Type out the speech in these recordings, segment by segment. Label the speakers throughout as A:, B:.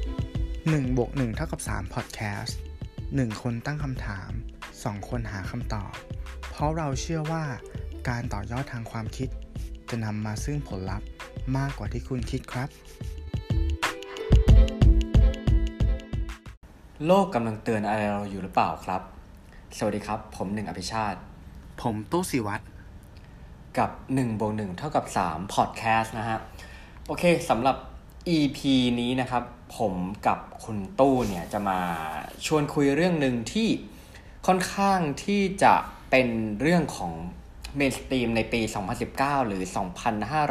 A: 1บวก1เท่ากับ3 Podcast 1 คนตั้งคำถาม 2 คนหาคำตอบ เพราะเราเชื่อว่าการต่อยอดทางความคิด จะนำมาซึ่งผลลัพธ์มากกว่าที่คุณคิดครับ
B: โลกกำลังเตือนอะไรเราอยู่หรือเปล่าครับ สวัสดีครับ ผมหนึ่งอภิชาติ
A: ผมตู้สิวัตร
B: กับ1บวก1เท่ากับ3พอดแคสต์นะฮะ โอเคสำหรับ EP นี้นะครับ ผมกับคุณตู้เนี่ยจะมาชวนคุยเรื่องหนึ่งที่ค่อนข้างที่จะเป็นเรื่องของเมนสตรีมในปี 2019 หรือ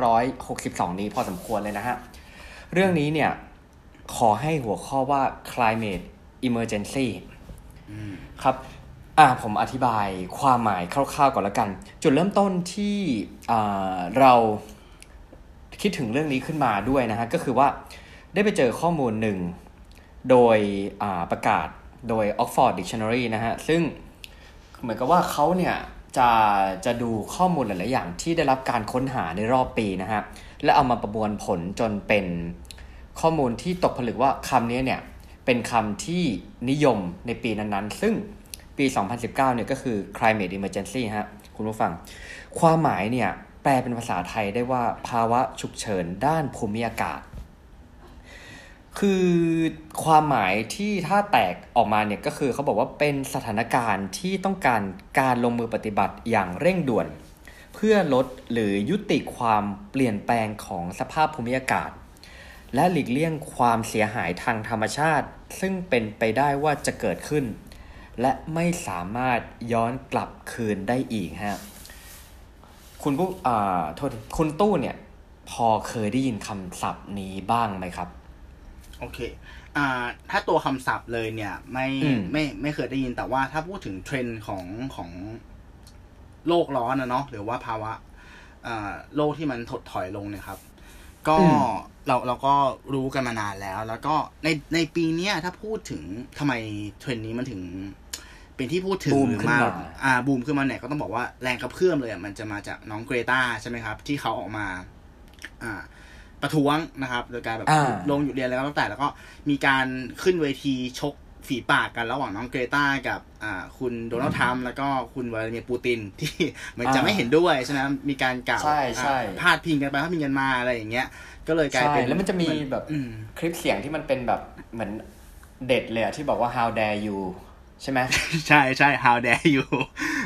B: 2562 นี้พอสมควรเลยนะฮะ เรื่องนี้เนี่ย ขอให้หัวข้อว่า climate emergency ครับ อ่า ผมอธิบายความหมายคร่าวๆก่อนละกัน จุดเริ่มต้นที่อ่าเราคิดถึงเรื่องนี้ขึ้นมาด้วยนะฮะ ก็คือว่าได้ไปเจอข้อมูลหนึ่ง โดยอ่าประกาศโดย Oxford Dictionary นะฮะ ซึ่งเหมือนกับว่าเขาเนี่ยจะจะดูข้อมูลหลายๆอย่างที่ได้รับการค้นหาในรอบปีนะฮะ และเอามาประมวลผลจนเป็นข้อมูลที่ตกผลึกว่าคำนี้เนี่ย เป็นคำที่นิยมในปีนั้นๆ ซึ่งปี 2019 เนี่ยก็คือ climate emergency ฮะ คุณผู้ฟัง ความหมายเนี่ย แปลเป็นภาษาไทยได้ว่าภาวะฉุกเฉินด้านภูมิอากาศ คือความหมายที่ถ้าแตกออกมาเนี่ยก็คือเขาบอกว่าเป็นสถานการณ์ที่ต้องการการลงมือปฏิบัติอย่างเร่งด่วน เพื่อลดหรือยุติความเปลี่ยนแปลงของสภาพภูมิอากาศ และหลีกเลี่ยงความเสียหายทางธรรมชาติ ซึ่งเป็นไปได้ว่าจะเกิดขึ้น และไม่สามารถย้อนกลับคืนได้อีกฮะคุณผู้อ่าโทษทีคุณตู้เนี่ย พอเคยได้ยินคำศัพท์นี้บ้างไหมครับ
A: โอเคอ่าถ้าตัวคำศัพท์เลยเนี่ยไม่
B: อืม
A: ไม่ไม่เคยได้ยินแต่ว่าถ้าพูดถึงเทรนด์ของของโลกร้อนนะเนาะหรือว่าภาวะอ่าโลกที่มันถดถอยลงเนี่ยครับ ก็เราเราก็รู้กันมานานแล้ว แล้วก็ในในปีเนี้ยถ้าพูดถึงทำไมเทรนด์นี้มันถึง เป็นที่พูดถึง
B: บูม
A: หรือ
B: ขึ้นมา
A: อ่าบูมขึ้นมาเนี่ยก็ต้องบอกว่าแรงกระเพื่อมเลยอะมันจะมาจากน้องเกรตาใช่ไหมครับ ที่เขาออกมา อ่า ประท้วงนะครับโดยการแบบ
B: อ่า
A: ลงหยุดเรียนแล้วก็แล้วแต่แล้วก็มีการขึ้นเวทีชกฝีปากกันระหว่างน้องเกรตากับอ่าคุณโดนัลด์ทรัมป์แล้วก็คุณวลาดิเมียร์ปูตินที่เหมือนจะไม่เห็นด้วยใช่ไหมมีการกล่าว
B: ใช่ใช่
A: อ่าพาดพิงกันไปพาดพิงกันมาอะไรอย่างเงี้ย ก็เลยกลาย
B: ใช่
A: เป็น
B: แล้วมันจะมี
A: เหอ
B: แบบ
A: อืม
B: คลิปเสียงที่มันเป็นแบบเหมือนเด็ดเลยอะที่บอกว่า how dare you ใช่ไหม
A: ใช่ใช่ how dare you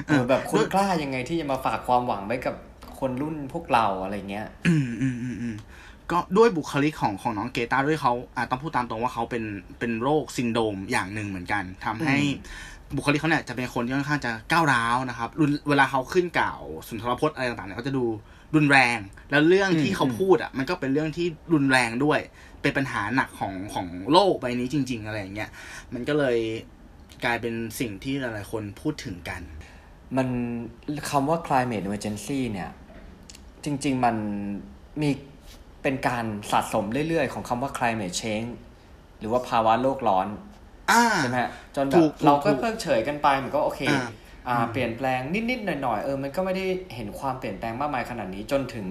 B: เออแบบคุณกล้ายังไงที่จะมาฝากความหวังไว้กับคนรุ่นพวกเราอะไรเงี้ย
A: อืมอืมอืมอืมก็ด้วยบุคลิกของของน้องเกตาด้วยเขาอ่ะต้องพูดตามตรงว่าเขาเป็นเป็นโรคซินโดรมอย่างหนึ่งเหมือนกันทำให้บุคลิกเขาเนี่ยจะเป็นคนที่ค่อนข้างจะก้าวร้าวนะครับรุนเวลาเขาขึ้นกล่าวสุนทรพจน์อะไรต่างๆเนี่ยเขาจะดูรุนแรง แล้วเรื่องที่เขาพูดอ่ะมันก็เป็นเรื่องที่รุนแรงด้วย เป็นปัญหาหนักของของโลกใบนี้จริง ๆ อะไรอย่างเงี้ยมันก็เลยกลายเป็นสิ่งที่หลายๆคนพูดถึงกัน
B: มันคำว่า climate emergency เนี่ย จริง ๆ มันมีเป็นการสะสมเรื่อย ๆ ของคำว่า climate change หรือว่าภาวะโลกร้อน
A: อ่า
B: ใช่ไหมฮะจนแบ
A: ถู
B: บ
A: กถูก
B: เราก็
A: ถูก
B: เพิกเฉยกันไปมันก็โอเค
A: อ่า
B: อ่าเปลี่ยนแปลงนิดๆหน่อยๆเออมันก็ไม่ได้เห็นความเปลี่ยนแปลงมากมายขนาดนี้จนถึง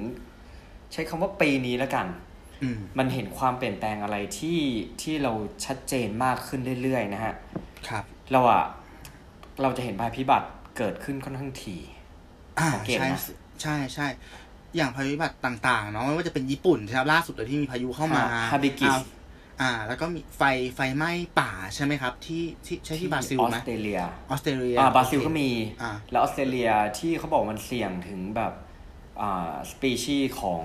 B: ใช้คำว่าปีนี้แล้วกัน
A: อืม
B: มันเห็นความเปลี่ยนแปลงอะไรที่ที่เราชัดเจนมากขึ้นเรื่อยๆนะฮะ
A: ครับ
B: เราอะเราจะเห็นภัยพิบัติเกิดขึ้นค่อนข้างถี่
A: อ่า
B: สังเกต
A: ใช่
B: นะ
A: ใช่ใช่ อย่างภัยพิบัติต่างๆเนาะไม่ว่าจะเป็นญี่ปุ่นใช่ไหมล่าสุดเลยที่มีพายุเข้ามา
B: อ่า Hibikis
A: อ่าอ่า แล้วก็มีไฟไฟไหม้ป่าใช่ไหมครับ ที่ที่ใช่ที่บราซิล
B: ออ
A: ไหม
B: สเตรเลีย
A: ออสเตรเลีย
B: อ่าบราซิล
A: โอเค
B: ก็มี
A: อ่า
B: แล้วออสเตรเลียที่เขาบอกมันเสี่ยงถึงแบบอ่าสปีชีส์ของ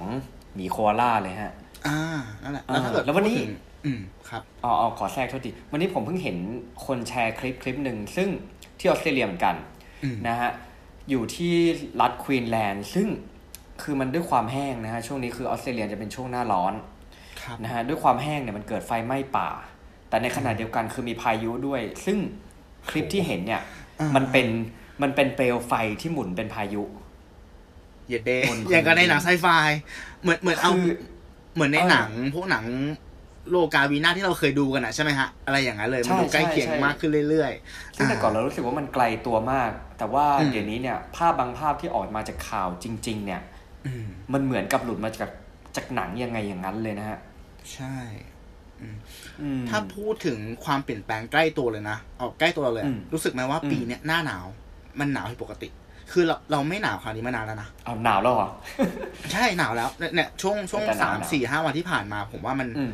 B: หมีโคอาล่าเลยฮะ
A: อ่านั่นแหละแล้วถ้าเกิด
B: อ่าแล้ววันนี้
A: พูดถึงอืมครับ
B: อ๋ออ๋อขอแทรกโทษทีวันนี้ผมเพิ่งเห็นคนแชร์คลิปคลิปหนึ่งซึ่งที่ออสเตรเลียเหมือนกัน
A: อืม
B: นะฮะ อยู่ที่รัฐควีนแลนด์ซึ่งคือมันด้วยความแห้งนะฮะ ช่วงนี้คือออสเตรเลียจะเป็นช่วงหน้าร้อน
A: ครับ
B: นะฮะด้วยความแห้งเนี่ยมันเกิดไฟไหม้ป่า แต่ในขณะเดียวกันคือมีพายุด้วย ซึ่งคลิปที่เห็นเนี่ย
A: อ่ามั
B: มันเป็นมันเป็นเปลวไฟที่หมุนเป็นพายุ
A: เหยียดเดย์
B: คน
A: อย่างก็ในหนังไซไฟเหมือนเหมือนเอา
B: คือ
A: เหมือนใน
B: เออ
A: หนัง พวกหนังโลกาวีนาที่เราเคยดูกันอะใช่ไหมฮะอะไรอย่างนั้นเลยมันดู
B: ใช่
A: ใกล้เคียง
B: ใช่
A: มากขึ้นเรื่อยๆ
B: ซึ่งแต่ก่อนเรา
A: า
B: รู้สึกว่ามันไกลตัวมาก แต่ว่า
A: อืม
B: เดี๋ยวนี้เนี่ยภาพบางภาพที่ออกมาจากข่าวจริง ๆ เนี่ย
A: อืม
B: มันเหมือนกับหลุดมาจากจากหนังยังไงอย่างนั้นเลยนะฮะ
A: ใช่ อืม
B: อืม
A: ถ้าพูดถึงความเปลี่ยนแปลงใกล้ตัวเลยนะเอาใกล้ตัวเราเลย
B: อื
A: อะ
B: ม
A: รู้สึกไหมว่า
B: อืม
A: ปีเนี้ยหน้าหนาวมันหนาวผิดปกติ คือเราเราไม่หนาวคราวนี้มานานแล้วนะ
B: เอาหนาวแล้วเหรอ
A: ใช่หนาวแล้วเนี่ยเนี่ยช่วงช่วง
B: แต่หนาว
A: สาม
B: หนาว
A: สี่ห้าวันที่ผ่านมา ผมว่ามัน
B: อืม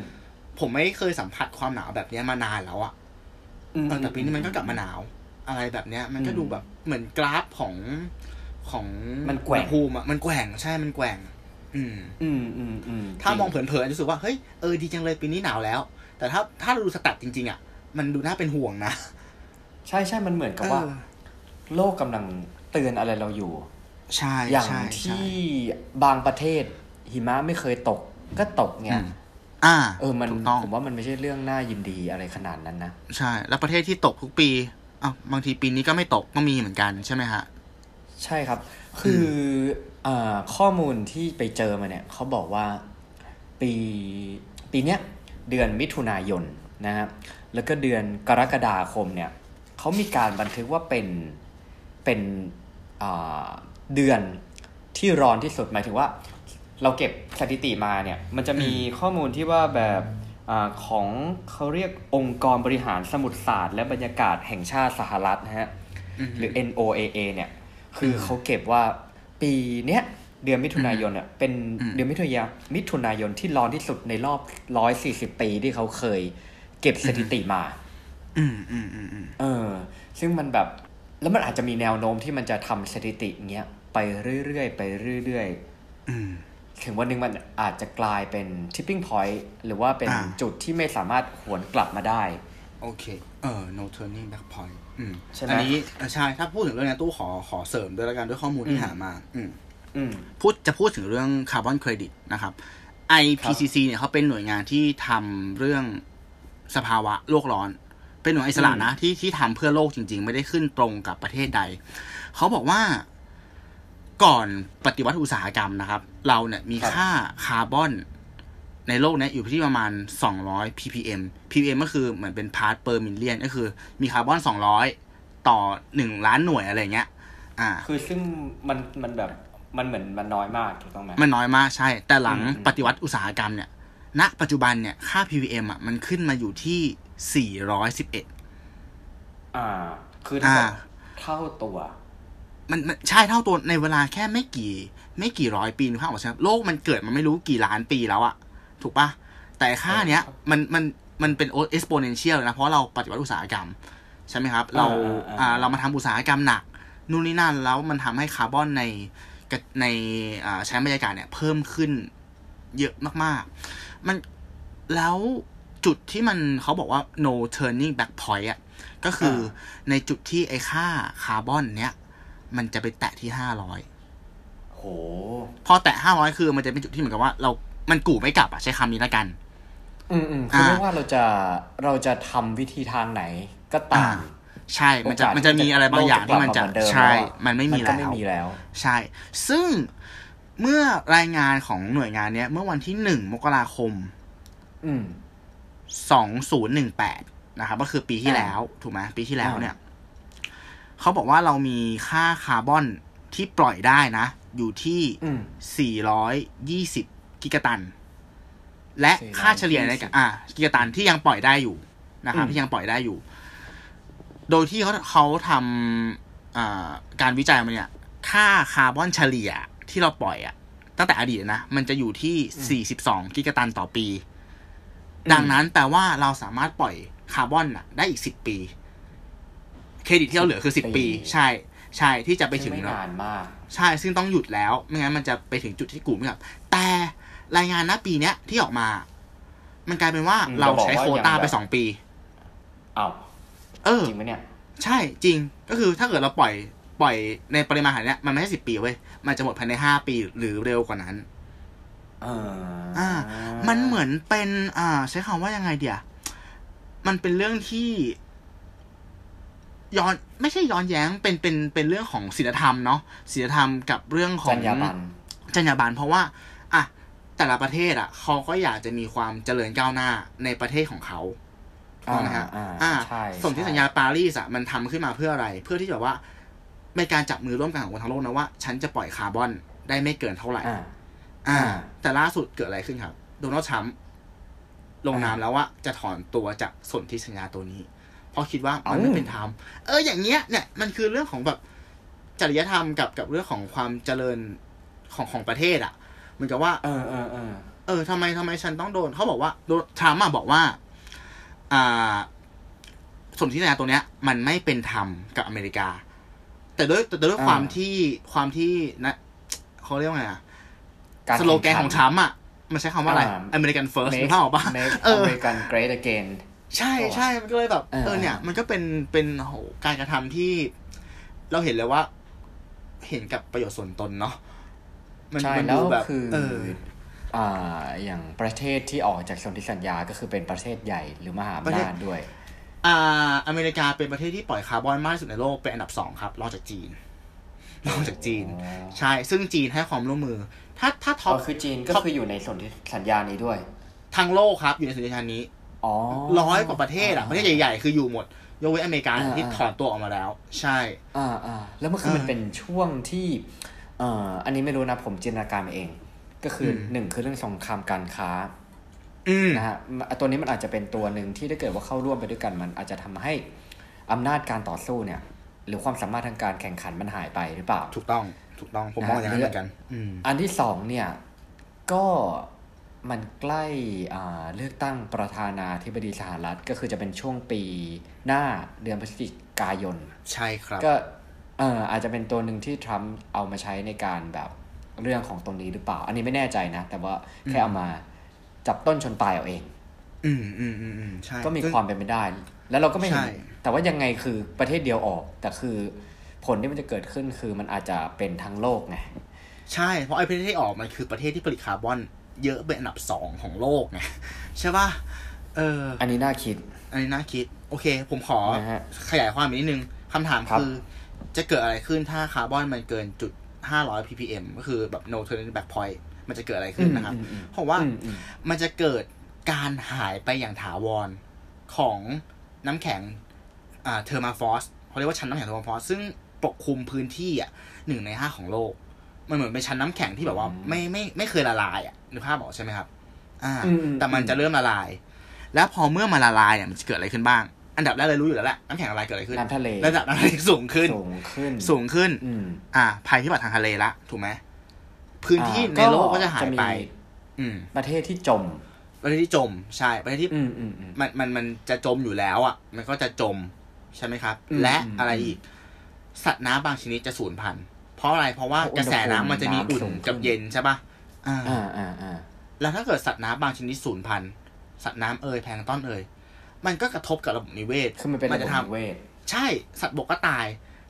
A: ผมไม่เคยสัมผัสความหนาวแบบเนี้ยมานานแล้วอะ
B: อืม
A: เออแต่ปีนี้มันก็กลับมาหนาว อะไรแบบเนี้ย มันก็
B: อืม
A: ดูแบบเหมือนกราฟของของ
B: มันแกว่
A: อุ
B: ง
A: ณหภูมิอะมันแกว่งใช่มันแกว่ง อืม
B: อืมอืมอืม
A: ถ้ามองเผินๆอาจจะรู้สึกว่าเฮ้ยเออดีจังเลยปีนี้หนาวแล้ว แต่ถ้าถ้าเราดูสแตัทจริงๆอะมันดูน่าเป็นห่วงนะ
B: ใช่ใช่มันเหมือนกับว่า
A: เออ
B: โลกกำลังเตือนอะไรเราอยู่
A: ใช่
B: อย่าง
A: ใช่ใช่
B: ที่บางประเทศหิมะไม่เคยตกก็ตกไง
A: อืมอ่า
B: เออมัน
A: ถูกต้อง
B: ผมว่ามันไม่ใช่เรื่องน่ายินดีอะไรขนาดนั้นนะ
A: ใช่ แล้วประเทศที่ตกทุกปีอ้าวบางทีปีนี้ก็ไม่ตกก็มีเหมือนกันใช่ไหมฮะ
B: ใช่ครับ คืออ่าข้อมูลที่ไปเจอมาเนี่ยเขาบอกว่าปีปีเนี้ยเดือนมิถุนายนนะฮะแล้วก็เดือนกรกฎาคมเนี่ยเขามีการบันทึกว่าเป็นเป็นอ่าเดือนที่ร้อนที่สุดหมายถึงว่า เราเก็บสถิติมาเนี่ยมันจะมีข้อมูลที่ว่าแบบอาของเขาเรียกองค์กรบริหารสมุทรศาสตร์ และบรรยากาศแห่งชาติสหรัฐนะฮะ หรือ NOAA เนี่ย คือ
A: ม
B: เขาเก็บว่าปีเนี้ยเดือนมิถุนายนเนี่ยเป็น
A: อืม
B: เดือนมิถุนายนมิถุนายนที่ร้อนที่สุดในรอบ 140 ปีที่เขาเคยเก็บสถิติมา
A: อืมอืมอืมอืม
B: เออ ซึ่งมันแบบ แล้วมันอาจจะมีแนวโน้มที่มันจะทำสถิติเงี้ยไปเรื่อยๆ ไปเรื่อย
A: อืม
B: ๆ ถึงวันหนึ่งมันอาจจะกลายเป็น tipping point หรือว่าเป็น
A: อ่า
B: จุดที่ไม่สามารถหวนกลับมาได้
A: โอเค เออ no turning back point อืม
B: ใช่ไหม
A: อันนี้เออใช่ถ้าพูดถึงเรื่องนี้ตู้ขอขอเสริมด้วยละกันด้วยข้อมูลที่
B: อืม
A: หามา อืม
B: อืม
A: พูดจะพูดถึงเรื่องคาร์บอนเครดิตนะครับ IPCC เนี่ยเขาเป็นหน่วยงานที่ทำเรื่องสภาวะโลกร้อน เป็นหน่วยอิสระนะที่ที่ทำเพื่อโลกจริง ๆ ไม่ได้ขึ้นตรงกับประเทศใด เขาบอกว่าก่อนปฏิวัติอุตสาหกรรมนะครับ เราเนี่ยมี
B: ครับ
A: ค่าคาร์บอนในโลกเนี่ยอยู่ที่ประมาณ 200 ppm ppm ก็คือเหมือนเป็นพาร์ตเปอร์มิลเลียนก็คือมีคาร์บอน 200 ต่อ 1 ล้านหน่วยอะไรเงี้ย อ่า
B: คือซึ่งมันมันแบบมันเหมือนมันน้อยมากถูกต้องไหม
A: มันน้อยมากใช่ แต่หลัง
B: อืมอืม
A: ปฏิวัติอุตสาหกรรมเนี่ย ณ ปัจจุบันเนี่ย ค่า PVM อ่ะ มันขึ้นมาอยู่ที่ 411
B: อ่า คือถ้า
A: อ่า
B: แบบเท่าตัว
A: มันมันใช่เท่าตัวในเวลาแค่ไม่กี่ ไม่กี่ร้อยปีนึกภาพออกใช่ไหมโลกมันเกิดมาไม่รู้กี่ล้านปีแล้วอะถูกปะแต่ค่าเนี้ย
B: เออครับ
A: มันมันมันเป็น exponential เลยนะ เพราะเราปฏิวัติอุตสาหกรรม ใช่ไหมครับ เรา
B: อ่าอ่าอ่า
A: อ่าเรามาทำอุตสาหกรรมหนัก นู่นนี่นั่นแล้วมันทำให้คาร์บอนในกระในอ่าชั้นบรรยากาศเนี่ย เพิ่มขึ้นเยอะมากๆ มันแล้วจุดที่มันเขาบอกว่า no turning back point อะก็คืออในจุดที่ไอ้ค่าคาร์บอนเนี้ย มันจะไปแตะที่ห้าร้อย
B: โห
A: พอแตะห้าร้อยคือมันจะเป็นจุดที่เหมือนกับว่าเรา มันกู่ไม่กลับอะใช้คำนี้ละกัน
B: อืมอืมคือไม่
A: อ่า
B: ว่าเราจะเราจะทำวิธีทางไหนก็ตาม
A: ใช่ มันจะ มันจะมีอะไรบางอย่างที่มันจะ
B: โลกกลับาเหอเดิ
A: ใช่
B: แล้วอะ
A: มันไม่มี
B: ก็
A: แล้
B: ไม่
A: ว
B: มีแล้ว
A: ใช่ ซึ่งเมื่อรายงานของหน่วยงานเนี้ย เมื่อวันที่หนึ่งมกราคม
B: อืม
A: สองศูนย์หนึ่งแปดนะครับ ก็คือปีที่
B: อ่า
A: แล้ว ถูกไหมปีที่แล้ว
B: อ่า
A: เนี่ย เขาบอกว่าเรามีค่าคาร์บอนที่ปล่อยได้นะ อยู่ที่
B: อืม
A: 420 กิกะตัน และ
B: 420
A: ค่าเฉลี่ยในการอ่ากิกะตันที่ยังปล่อยได้อยู่นะครับ
B: อืม
A: ที่ยังปล่อยได้อยู่ โดยที่เขาเขาทำอ่าการวิจัยมาเนี่ย ค่าคาร์บอนเฉลี่ยที่เราปล่อยอะตั้งแต่อดีตนะ มันจะอยู่ที่ 42 กิกะตันต่อปี ดังนั้นแปลว่าเราสามารถปล่อยคาร์บอนน่ะ ได้อีก 10 ปี เครดิตที่เราเหลือคือ 10 ปี ใช่ ใช่ที่จะไปถึง
B: ซึ่ไม่
A: เนอะ
B: นานมาก
A: ใช่ ซึ่งต้องหยุดแล้ว ไม่งั้นมันจะไปถึงจุดที่กูไม่กลับ แต่รายงานณปีเนี้ยที่ออกมา มันกลายเป็นว่า
B: อืม
A: เราใช้
B: จะบอกว่า
A: โควต้า
B: ยังแบบ
A: ไปสองปี
B: อ้าว
A: เออ
B: จริงไหมเนี่ย
A: ใช่จริง ก็คือถ้าเกิดเราปล่อยปล่อยในปริมาณขนาดเนี้ยมันไม่ใช่สิบปีเว้ย มันจะหมดภายในห้าปีหรือเร็วกว่านั้น
B: เอออ
A: อ่า มันเหมือนเป็น อ่า ใช้คำว่ายังไงเดียมันเป็นเรื่องที่ย้อนไม่ใช่ย้อนแย้งเป็นเป็นเป็นเรื่องของศีลธรรมเนาะศีลธรรมกับเรื่องของ
B: จรรยาบรรณ
A: จรรยาบรรณเพราะว่า อ่ะ แต่ละประเทศอ่ะ เขาก็อยากจะมีความเจริญก้าวหน้าในประเทศของเขาถูกไหมฮะ
B: อ่าอ่า
A: อ่า
B: ใช่
A: สนธิสัญญาปารีสอ่ะ มันทำขึ้นมาเพื่ออะไร เพื่อที่แบบว่าเป็นการจับมือร่วมกันของคนทั้งโลกนะว่า ฉันจะปล่อยคาร์บอนได้ไม่เกินเท่าไหร่
B: ่า
A: อ่า
B: อ่า
A: แต่ล่าสุดเกิดอะไรขึ้นครับ โดนัลด์ทรัมป์ ลงนามแล้วว่าจะถอนตัวจากสนธิสัญญาตัวนี้ เพราะคิดว่ามันไม่เป็นธรรมเอออย่างเงี้ยเนี่ยมันคือเรื่องของแบบจริยธรรมกับกับเรื่องของความเจริญของของประเทศอ่ะเหมือนกับว่า
B: เออเออเออ
A: เออทำไมทำไมฉันต้องโดน เขาบอกว่าโดนทรัมป์อะบอกว่า อ่าสนธิสัญญาตัวเนี้ย มันไม่เป็นธรรมกับอเมริกา แต่ด้วยแต่ด้วย
B: อ่า
A: ความที่ความที่นะเขาเรียกว่าไงอะ
B: การ
A: สโลแกนของทรัมป์อะมันใช้คำว่าอะไร
B: อ่า
A: อเมริกันเฟิร์ส
B: Make-
A: นึกภาพออกปะ
B: Make
A: เออ
B: American Great Again
A: ใช่ใช่มันก็เลยแบบ
B: เออ
A: เออเนี่ย มันก็เป็นเป็นโหการกระทำที่ เราเห็นเลยว่า เห็นกับประโยชน์ส่วนตนเนาะมัน
B: ใช่
A: มัน
B: แล้
A: ดู
B: ว
A: แบบ
B: คือ
A: เออ
B: อ่าอย่างประเทศที่ออกจากสนธิสัญญาก็คือเป็นประเทศใหญ่หรือมหา
A: ประ
B: อำ
A: เทศ
B: นาจด้วย
A: อ่าอเมริกาเป็นประเทศที่ปล่อยคาร์บอนมากที่สุดในโลกเป็นอันดับสองครับรองจากจีนรองจากจีน
B: อ๋อ
A: ใช่ ซึ่งจีนให้ความร่วมมือ ถ้าถ้าท็อป
B: ก็คือจีนก็คืออยู่ในสนธิสัญญานี้ด้วย
A: ทางโลกครับ อยู่ในสัญญาณนี้
B: อ๋อ
A: ร้อยกว่าประเทศอ่ะ ประเทศใหญ่ๆ คืออยู่หมด ยกเว้นอเมริกา
B: อ่า
A: ที่
B: อ่า
A: ถอนตัวออกมาแล้ว ใช่
B: อ่าอ่าแล้วมันคือ
A: เออ
B: มันเป็นช่วงที่เอ่ออันนี้ไม่รู้นะผมจินตนาการเอง ก็คืออ
A: ม
B: หนึ่งคือเรื่องสงครามการค้า
A: อืม
B: นะฮะอ่ะตัวนี้มันอาจจะเป็นตัวหนึ่งที่ถ้าเกิดว่าเข้าร่วมไปด้วยกัน มันอาจจะทำให้อำนาจการต่อสู้เนี่ย หรือความสามารถทางการแข่งขันมันหายไปหรือเปล่า
A: ถูกต้อง ถูกต้อง ผมมองอย่างนั้นเหมือนกัน อืม
B: อันที่สองเนี่ยก็มันใกล้อ่าเลือกตั้งประธานาธิบดีสหรัฐ ก็คือจะเป็นช่วงปีหน้าเดือนพฤศจิกายน
A: ใช่ครับ
B: ก็เอออาจจะเป็นตัวหนึ่งที่ทรัมป์เอามาใช้ในการแบบเรื่องของตรงนี้หรือเปล่า อันนี้ไม่แน่ใจนะ แต่ว่าแค่เอามาจับต้นชนปลายเอาเอง
A: อืมอืมอืมอืมใช่
B: ก็มี
A: ซึ่ง
B: ความเป็นไปได้ แล้วเราก็ไม่เห็น
A: ใช่
B: แต่ว่ายังไงคือประเทศเดียวออก แต่คือผลที่มันจะเกิดขึ้นคือมันอาจจะเป็นทั้งโลกไง
A: ใช่ เพราะไอ้ประเทศที่ออกมันคือประเทศที่ผลิตคาร์บอน เยอะเป็นอันดับสองของโลกไงใช่ป่ะ เออ
B: อันนี้น่าคิด
A: อันนี้น่าคิด โอเค ผมขอ
B: นะฮะ
A: ขยายความอีกนิดนึงคำถาม
B: ครับ
A: คือ จะเกิดอะไรขึ้นถ้าคาร์บอนมันเกินจุด 500 ppm ก็คือแบบ no turning back point มันจะเกิดอะไรขึ้นนะครับ
B: อืมอืมอืม
A: เพราะว่า
B: อืมอืม
A: มันจะเกิดการหายไปอย่างถาวรของน้ำแข็งอ่าเทอร์มาฟอสเขาเรียกว่าชั้นน้ำแข็งเทอร์มาฟอสซึ่งปกคลุมพื้นที่อ่ะหนึ่งในห้าของโลก มันเหมือนเป็นชั้นน้ำแข็งที่แบบว่าไม่ไม่ไม่เคยละลายอ่ะนึกภาพออกใช่ไหมครับ อ่า
B: อืมอืม
A: แต่มันจะเริ่มละลาย แล้วพอเมื่อมาละลายเนี่ยมันจะเกิดอะไรขึ้นบ้าง อันดับแรกเลยรู้อยู่แล้วแหละน้ำแข็งละลายเกิดอะไรขึ้น
B: น้ำทะเล
A: ระดับน้ำทะเลสูงขึ้น
B: สูงขึ้น
A: สูงขึ้น
B: อืม
A: อ่า ภัยพิบัติทางทะเลละ ถูกไหม พื้นที่
B: อ่า
A: ในโลกก็จะหายไป
B: มี
A: อืม
B: ประเทศที่จม
A: ประเทศที่จม ใช่ ประเทศที่
B: อืมอืมอืม
A: มันมันมันจะจมอยู่แล้วอ่ะ มันก็จะจม ใช่ไหมครับ
B: อืม
A: และ
B: อืม
A: อะไรอีก สัตว์น้ำบางชนิดจะสูญพันธุ์ เพราะอะไร เพราะว่า
B: เพราะอุ
A: กระ
B: ณหภูมิ
A: แสน้ำมันจะมีอุ่น
B: น้ำสูงขึ้น
A: กับเย็นใช่ป่ะ อ่า
B: อ่าอ่าอ่า
A: แล้วถ้าเกิดสัตว์น้ำบางชนิดสูญพันธุ์สัตว์น้ำเอ่ยแพลงก์ต้อนเอ่ยมันก็กระทบกับระบบนิเวศ
B: คือมันเป็นระบ
A: จะ
B: บ
A: ทำ
B: นิเวศ
A: ใช่สัตว์บกก็ตาย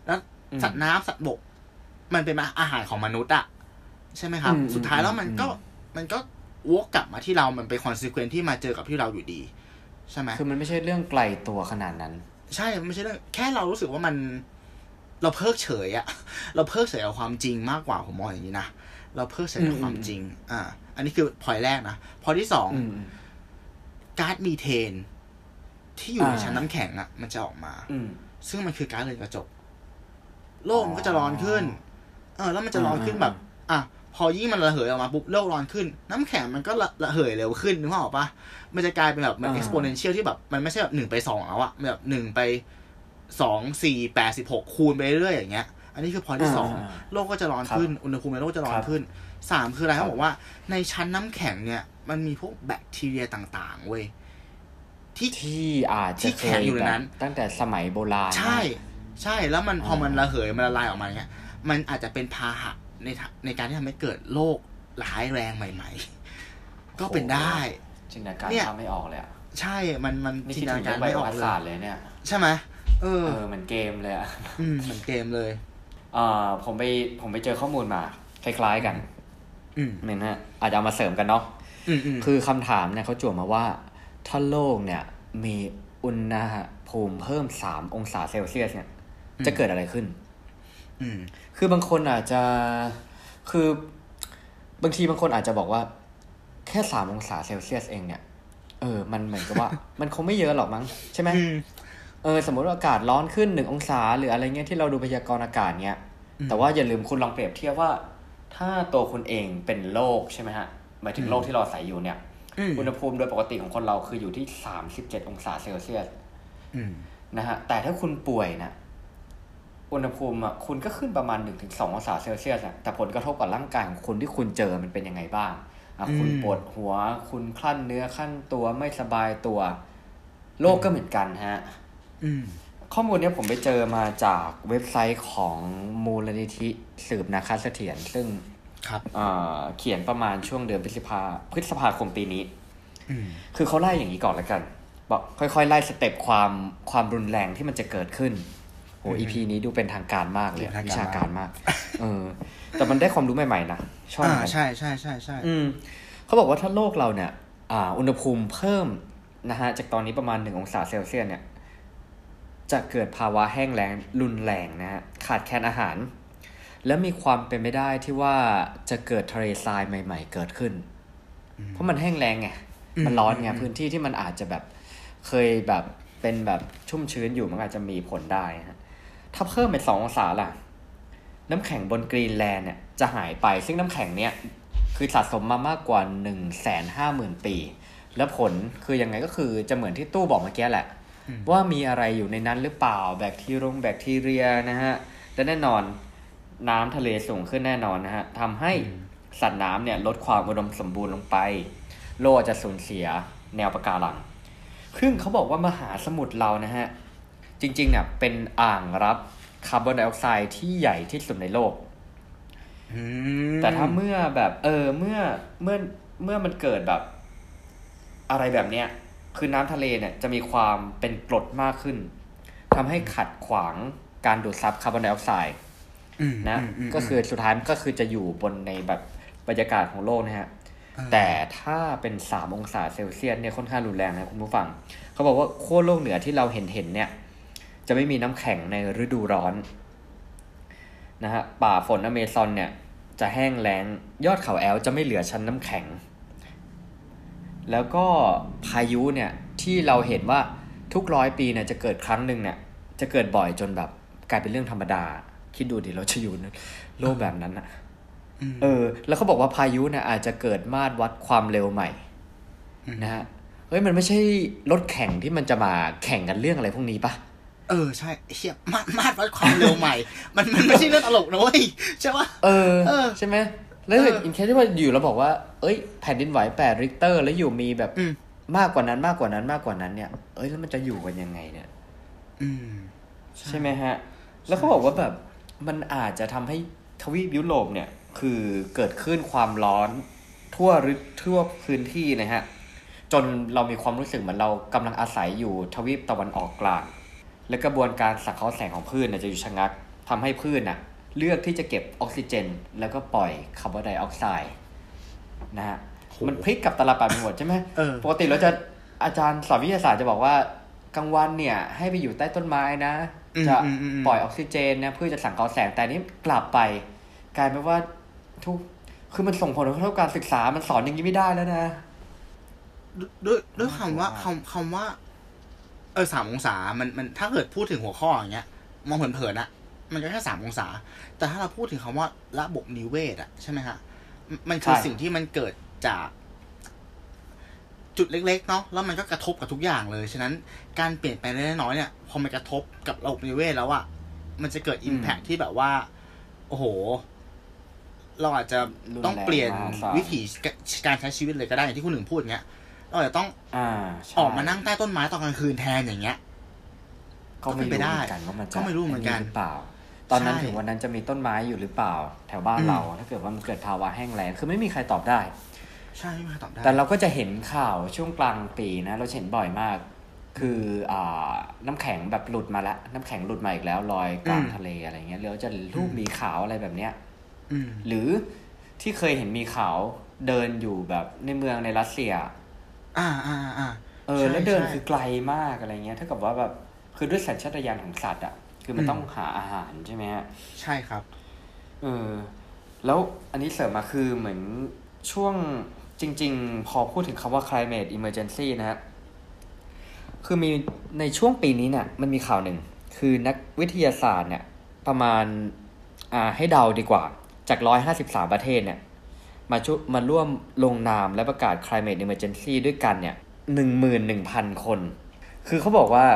A: แล้ว
B: อืม
A: สัตว์น้ำสัตว์บก มันเป็นอาหารของมนุษย์อะใช่ไหมครับ
B: อืม
A: สุดท้ายแล้ว
B: อืม
A: มันก็
B: อืม
A: มันก็วกกลับมาที่เรามันเป็นคอนซิเควนที่มาเจอกับที่เราอยู่ดี ใช่ไหม
B: คือมันไม่ใช่เรื่องไกลตัวขนาดนั้น
A: ใช่มันไม่ใช่เรื่องแค่เรารู้สึกว่ามัน เราเพิกเฉยอะ เราเพิกเฉยกับความจริงมากกว่าผมมองอย่างนี้นะเราเพิกเฉยกับความจริง อ่า อันนี้คือพอยแรกนะพอยที่สอง
B: อืมอืม
A: ก๊าซมีเทน ที่อยู่ใน
B: อ่า
A: ชั้นน้ำแข็งอะ่ะ มันจะออกมา
B: อืม
A: ซึ่งมันคือก๊าซเรือนกระจก โลกมันก็จะร้อนขึ้น เออ แล้วมันจะร้อนขึ้น
B: อ่า
A: แบบ อ่ะ พอยิ่งมันระเหยออกมาปุ๊บโลกร้อนขึ้น น้ำแข็งมันก็ระระเหยเร็วขึ้นนึกภาพออกปะมันจะกลายเป็นแบบมัน exponential ที่แบบ มันไม่ใช่แบบหนึ่งไปสองแล้วอะมันแบบหนึ่งไปสองสี่แปดสิบหกคูณไปเรื่อยอย่างเงี้ย อันนี้คือพอยที่สอง โลกก็จะร้อนขึ้น อุณหภูมิในโลกจะร้อนขึ้น สามคืออะไร
B: ครั
A: เขา
B: บ
A: บอกว่า ในชั้นน้ำแข็งเนี่ย มันมีพวกแบคทีเรียต่างๆ เว้ย ที่
B: ที่อาจ
A: ที่
B: จะ
A: แข็งอยู่ในนั้น
B: เคแบบตั้งแต่สมัยโบราณ
A: ใช่ ใช่ แล้วมันพอมันระเหย มันละลายออกมาเนี่ย มันอาจจะเป็นพาหะในทางในการที่ทำให้เกิดโรคร้ายแรงใหม่ ๆ ก็เป็นได้
B: จินตนาการ
A: เนี่ย
B: ทำไม่ออกเลยอะ
A: ใช่ มันมัน
B: นี่
A: จิ
B: คิ
A: น
B: ด
A: ต
B: ถึ
A: นาง กา
B: เรื่
A: รไม่อ
B: องไบโอ
A: อก
B: อา
A: เลย
B: ศาสตร์เลยเนี่ย
A: ใช่ไหม เออ
B: เออเหมือนเกมเลยอะ
A: อืมเหมือนเกมเลย
B: เอ่อผมไปผมไปเจอข้อมูลมา คล้ายๆกัน
A: อืม
B: เนี่ยนะอาจจะเอามาเสริมกันเนาะ
A: อืมอืม
B: คือคำถามเนี่ยเขาจั่วมาว่า ถ้าโลกเนี่ย มีอุณหภูมิเพิ่ม 3 องศาเซลเซียสเนี่ย จะเกิดอะไรขึ้น
A: อืม
B: คือบางคนอาจจะคือบางทีบางคนอาจจะบอกว่า แค่สามองศาเซลเซียสเองเนี่ย เออ มันเหมือนกับว่า มันคงไม่เยอะหรอกมั้งใช่ไหม
A: อืม
B: เออสมมติว่าอากาศร้อนขึ้นหนึ่งองศา หรืออะไรเงี้ยที่เราดูพยากรณ์อากาศเนี่ยแต่ว่าอย่าลืมคุณลองเปรียบเทียบว่า ถ้าตัวคุณเองเป็นโลกใช่ไหมฮะหมายถึงโลกที่เราอาศัยอยู่เนี่ย
A: อืม
B: อุณหภูมิโดยปกติของคนเราคืออยู่ที่ 37 องศาเซลเซียส
A: อืม
B: นะฮะแต่ถ้าคุณป่วยนะอุณหภูมิอ่ะคุณก็ขึ้นประมาณ 1-2 องศาเซลเซียสอะแต่ผลกระทบกับร่างกายของคุณที่คุณเจอมันเป็นยังไงบ้างอ่ะ
A: อืม
B: คุณปวดหัว คุณคลั่นเนื้อคลั่นตัวไม่สบายตัวโรคก็เหมือนกันฮะ
A: อืม
B: ข้อมูลเนี้ยผมไปเจอมาจากเว็บไซต์ของมูลนิธิสืบนาคาเสถียรซึ่ง
A: ครับ
B: เอ่อเขียนประมาณช่วงเดือนพฤษภาพฤษภาคมปีนี้
A: อืม
B: คือเขาไล่อย่างนี้ก่อนละกัน บอกค่อยๆ ไล่สเต็ปความความรุนแรงที่มันจะเกิดขึ้น โห EP นี้ดูเป็นทางการมากเลย
A: เป็นทางการ
B: วิชาการมาก เออ แต่มันได้ความรู้ใหม่ๆนะชอบ
A: อ่า
B: เหมือนกัน
A: ใช่ใช่ใช่ใช่
B: อืมเขาบอกว่าถ้าโลกเราเนี่ย อ่า อุณหภูมิเพิ่มนะฮะ จากตอนนี้ประมาณหนึ่งองศาเซลเซียสเนี่ย จะเกิดภาวะแห้งแล้งรุนแรงนะฮะ ขาดแคลนอาหาร และมีความเป็นไปได้ที่ว่าจะเกิดทะเลทรายใหม่ ๆ เกิดขึ้น เพราะมันแห้งแล้งไง มันร้อนไง พื้นที่ที่มันอาจจะแบบเคยแบบเป็นแบบชุ่มชื้นอยู่มันอาจจะมีผลได้ฮะ ถ้าเพิ่มไปสององศาล่ะ น้ำแข็งบนกรีนแลนด์เนี่ยจะหายไป ซึ่งน้ำแข็งเนี่ย คือสะสมมามากกว่า 1 5 0 0 0 0 ปี และผลคือยังไงก็คือจะเหมือนที่ตู้บอกเมื่อกี้แหละ ว่ามีอะไรอยู่ในนั้นหรือเปล่าแบคทีรงแบคทีเรียนะฮะ และแน่นอนน้ำทะเลสูงขึ้นแน่นอนนะฮะทำให้สัตว์น้ำเนี่ยลดความอุดมสมบูรณ์ลงไป โลกอาจจะสูญเสียแนวปะการัง ซึ่งเขาบอกว่ามหาสมุทรเรานะฮะ จริงๆเนี่ยเป็นอ่างรับคาร์บอนไดออกไซด์ที่ใหญ่ที่สุดในโลก
A: อืม
B: แต่ถ้าเมื่อแบบเออเมื่อเมื่อเมื่อมันเกิดแบบอะไรแบบเนี้ยคือน้ำทะเลเนี่ยจะมีความเป็นกรดมากขึ้นทำให้ขัดขวางการดูดซับคาร์บอนไดออกไซด์
A: อืม
B: นะ
A: มม
B: ก็คือสุดท้ายมันก็คือจะอยู่บนในแบบบรรยากาศของโลกนะฮะ
A: ม
B: แต่ถ้าเป็น 3 องศาเซลเซียสเนี่ยค่อนข้างรุนแรงนะคุณผู้ฟัง เขาบอกว่าขั้วโลกเหนือที่เราเห็นเห็นๆเนี่ย จะไม่มีน้ำแข็งในฤดูร้อนนะฮะป่าฝนอเมซอนเนี่ย จะแห้งแล้งยอดเขาแอลจะไม่เหลือชั้นน้ำแข็ง แล้วก็พายุเนี่ย ที่เราเห็นว่าทุกร้อยปีเนี่ยจะเกิดครั้งหนึ่งเนี่ย จะเกิดบ่อยจนแบบกลายเป็นเรื่องธรรมดา คิดดูดิเราจะอยู่ในโลกแบบนั้นอะ
A: ม
B: เออ แล้วเขาบอกว่าพายุเนี่ยอาจจะเกิดมาตรวัดความเร็วใหม่นะฮะ เฮ้ย มันไม่ใช่รถแข่งที่มันจะมาแข่งกันเรื่องอะไรพวกนี้ปะ
A: เออใช่เฮียมาดมาดวัดความเร็วใหม่ มันมันไม่ใช่เรื่องตลกนะเว้ยใช่ปะ
B: เออ
A: เออ
B: ใช่ไหม แล้ว
A: เอออิ
B: อินเคสที่ว่าอยู่เราบอกว่า เอ้ย แผ่นดินไหวแปดริกเตอร์ แล้วอยู่มีแบบ
A: อืม
B: มากกว่านั้นมากกว่านั้นมากกว่านั้นเนี่ย เอ้ย แล้วมันจะอยู่กันยังไงเนี่ย
A: อืม
B: ใช่ไหมฮะ แล้วเขาบอกว่าแบบมันอาจจะทำให้ทวีปยุโรปเนี่ย คือเกิดขึ้นความร้อนทั่วฤทั่วพื้นที่นะฮะ จนเรามีความรู้สึกเหมือนเรากำลังอาศัยอยู่ทวีปตะวันออกกลาง และกระบวนการสังเคราะห์แสงของพืชน่ะจะอยู่ชะงักทำให้พืชน่ะ เลือกที่จะเก็บออกซิเจน แล้วก็ปล่อยคาร์บอนไดออกไซด์นะฮะ มันพลิกกับตลบปัดไปหมดใช่ไหม
A: เออ
B: ปกติเราจะอาจารย์สอนวิทยาศาสตร์จะบอกว่ากลางวันเนี่ย ให้ไปอยู่ใต้ต้นไม้นะ
A: อืม
B: จะ
A: อืมอืมอืม
B: ปล่อยออกซิเจนนะเพื่อจะสังเคราะห์แสงแต่อันนี้กลับไป กลายเป็นว่าทุกคือมันส่งผลกระทบการศึกษามันสอนอย่างนี้ไม่ได้แล้วนะ
A: ด้วยด้วยคำว่า
B: น่ากลัวมาก
A: คำคำว่า เออสามองศามันมันถ้าเกิดพูดถึงหัวข้ออย่างเงี้ย มองเผินๆอะมันก็แค่สามองศา แต่ถ้าเราพูดถึงคำว่าระบบนิเวศอะใช่ไหมฮะมมันคือ
B: ใช่
A: สิ่งที่มันเกิดจาก จุดเล็กๆเนาะแล้วมันก็กระทบกับทุกอย่างเลย ฉะนั้นการเปลี่ยนแปลงเล็กๆน้อยๆเนี่ยพอมันกระทบกับระบบนิเวศแล้วอะมันจะเกิดอิมแพคที่แบบว่า โอ้โห เราอาจจะต้องเปลี่ยน
B: รุนแรงมากครับ
A: วิถีการใช้ชีวิตเลยก็ได้อย่างที่คุณหนึ่งพูดเงี้ย เราอาจจะต้อง
B: อ่าใช่
A: ออกมานั่งใต้ต้นไม้ตอนกลางคืนแทนอย่างเงี้ย
B: ก็
A: ก็
B: ไม่
A: เป็นไป
B: รู้
A: ได้
B: เหมือนกันว่ามันจะ
A: ก็ไม่รู้เหมือนกัน
B: หรือเปล่า ตอนนั้น
A: ใช่
B: ถึงวันนั้นจะมีต้นไม้อยู่หรือเปล่า แถวบ้าน
A: อืม
B: เรา ถ้าเกิดว่ามันเกิดภาวะแห้งแล้งคือไม่มีใครตอบได้
A: ใช่ไม่มีใครตอบได้
B: แต่เราก็จะเห็นข่าวช่วงกลางปีนะ เราเห็นบ่อยมาก คืออ่าน้ำแข็งแบบหลุดมาละน้ำแข็งหลุดมาอีกแล้วลอยกลาง
A: อืม
B: ทะเลอะไรเงี้ยแล้วจะรูปหมีขาวอะไรแบบเนี้ย
A: อืม
B: หรือที่เคยเห็นหมีขาวเดินอยู่แบบในเมืองในรัสเซีย
A: อ่าอ่าอ่า
B: เออ
A: ใช่
B: แล้วเดิน
A: ใช่
B: คือไกลมากอะไรเงี้ยเท่ากับว่าแบบคือด้วยสัญชาตญาณของสัตว์อ่ะคือมัน
A: อืม
B: ต้องหาอาหารใช่ไหมฮะ
A: ใช่ครับ
B: เออแล้วอันนี้เสริมมาคือเหมือนช่วงจริง ๆ พอพูดถึงคำว่า climate emergency นะฮะ คือมีในช่วงปีนี้เนี่ยมันมีข่าวหนึ่ง คือนักวิทยาศาสตร์เนี่ย ประมาณอ่าให้เดาดีกว่าจาก 153 ประเทศเนี่ย มาช่วยมาร่วมลงนามและประกาศ climate emergency ด้วยกันเนี่ย11,000 คน คือเขาบอกว่า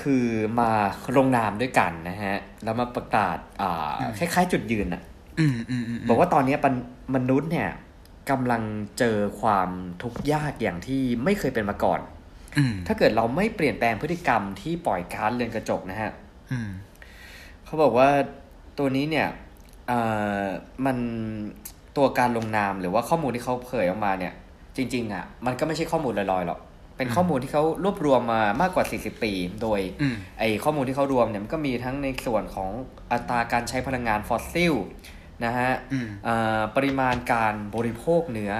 B: คือมาลงนามด้วยกันนะฮะ แล้วมาประกาศอ่าคล้ายๆจุดยืนอะ
A: อืมอืมอืมม
B: บอกว่าตอนเนี้ยปันมนุษย์เนี่ยกำลังเจอความทุกข์ยากอย่างที่ไม่เคยเป็นมาก่อน
A: อืม
B: ถ้าเกิดเราไม่เปลี่ยนแปลงพฤติกรรมที่ปล่อยก๊าซเรือนกระจกนะฮะ
A: อืม
B: เขาบอกว่าตัวนี้เนี่ยเอ่อมันตัวการลงนามหรือว่าข้อมูลที่เขาเผยออกมาเนี่ย จริงๆอะ่ะมันก็ไม่ใช่ข้อมูลลอยๆหรอก เป็นข้อมูลที่เขารวบรวมมามากกว่า 40 ปี โดย
A: อืม
B: ไอข้อมูลที่เขารวมเนี่ยมันก็มีทั้งในส่วนของอัตราการใช้พลังงานฟอสซิลนะฮะ
A: อืม
B: เอ่อปริมาณการบริโภคเนื้อ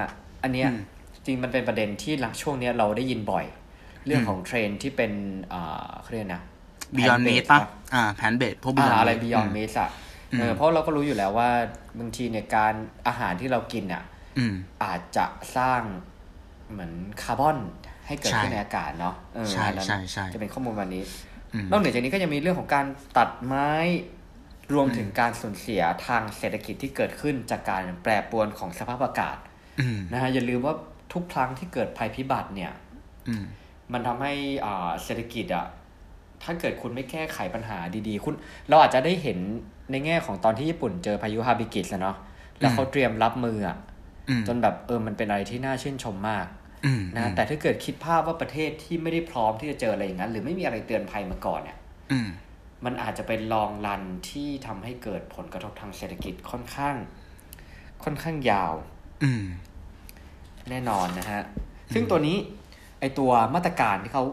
B: อันเนี้ย
A: อืม
B: จริงมันเป็นประเด็นที่หลังช่วงเนี้ยเราได้ยินบ่อย เรื่องของเทรนด์ที่เป็นเอ่อเขาเรียกนะ
A: Beyond
B: plant-based
A: Meat ป่ะอ่าแผนเบสพวก
B: อ่า
A: Beyond
B: อะไร
A: Meat
B: Beyond
A: อืม
B: Meat อะ
A: อืม
B: เออเพราะเราก็รู้อยู่แล้วว่าบางทีเนี่ยการอาหารที่เรากินอ่ะ
A: อืม
B: อาจจะสร้างเหมือนคาร์บอนให้เกิด
A: ใช่
B: ขึ้นในอากาศเนาะเออ
A: ใช่
B: อันนั้น
A: ใช่ใช่
B: จะเป็นข้อมูลวันนี้
A: อืม
B: นอกเหนือจากนี้ก็ยังมีเรื่องของการตัดไม้รวมถึงการสูญเสียทางเศรษฐกิจที่เกิดขึ้นจากการแปรปรวนของสภาพอากาศ
A: อืม
B: นะฮะอย่าลืมว่าทุกครั้งที่เกิดภัยพิบัติเนี่ย
A: อืม
B: มันทำให้อ่าเศรษฐกิจอะถ้าเกิดคุณไม่แก้ไขปัญหาดีๆ คุณ เราอาจจะได้เห็นในแง่ของตอนที่ญี่ปุ่นเจอพายุฮาบิกิสอะเนาะแล้วเขาเตรียมรับมืออะ
A: อืม
B: จนแบบเออมันเป็นอะไรที่น่าชื่นชมมาก
A: อืม
B: นะแต่ถ้าเกิดคิดภาพว่าประเทศที่ไม่ได้พร้อมที่จะเจออะไรอย่างนั้น หรือไม่มีอะไรเตือนภัยมาก่อนเนี่ย
A: อืม
B: มันอาจจะเป็นลองรันที่ทำให้เกิดผลกระทบทางเศรษฐกิจค่อนข้าง ค่อนข้างยาว
A: อืม
B: แน่นอนนะฮะ ซึ่งตัวนี้ไอตัวมาตรการที่เขา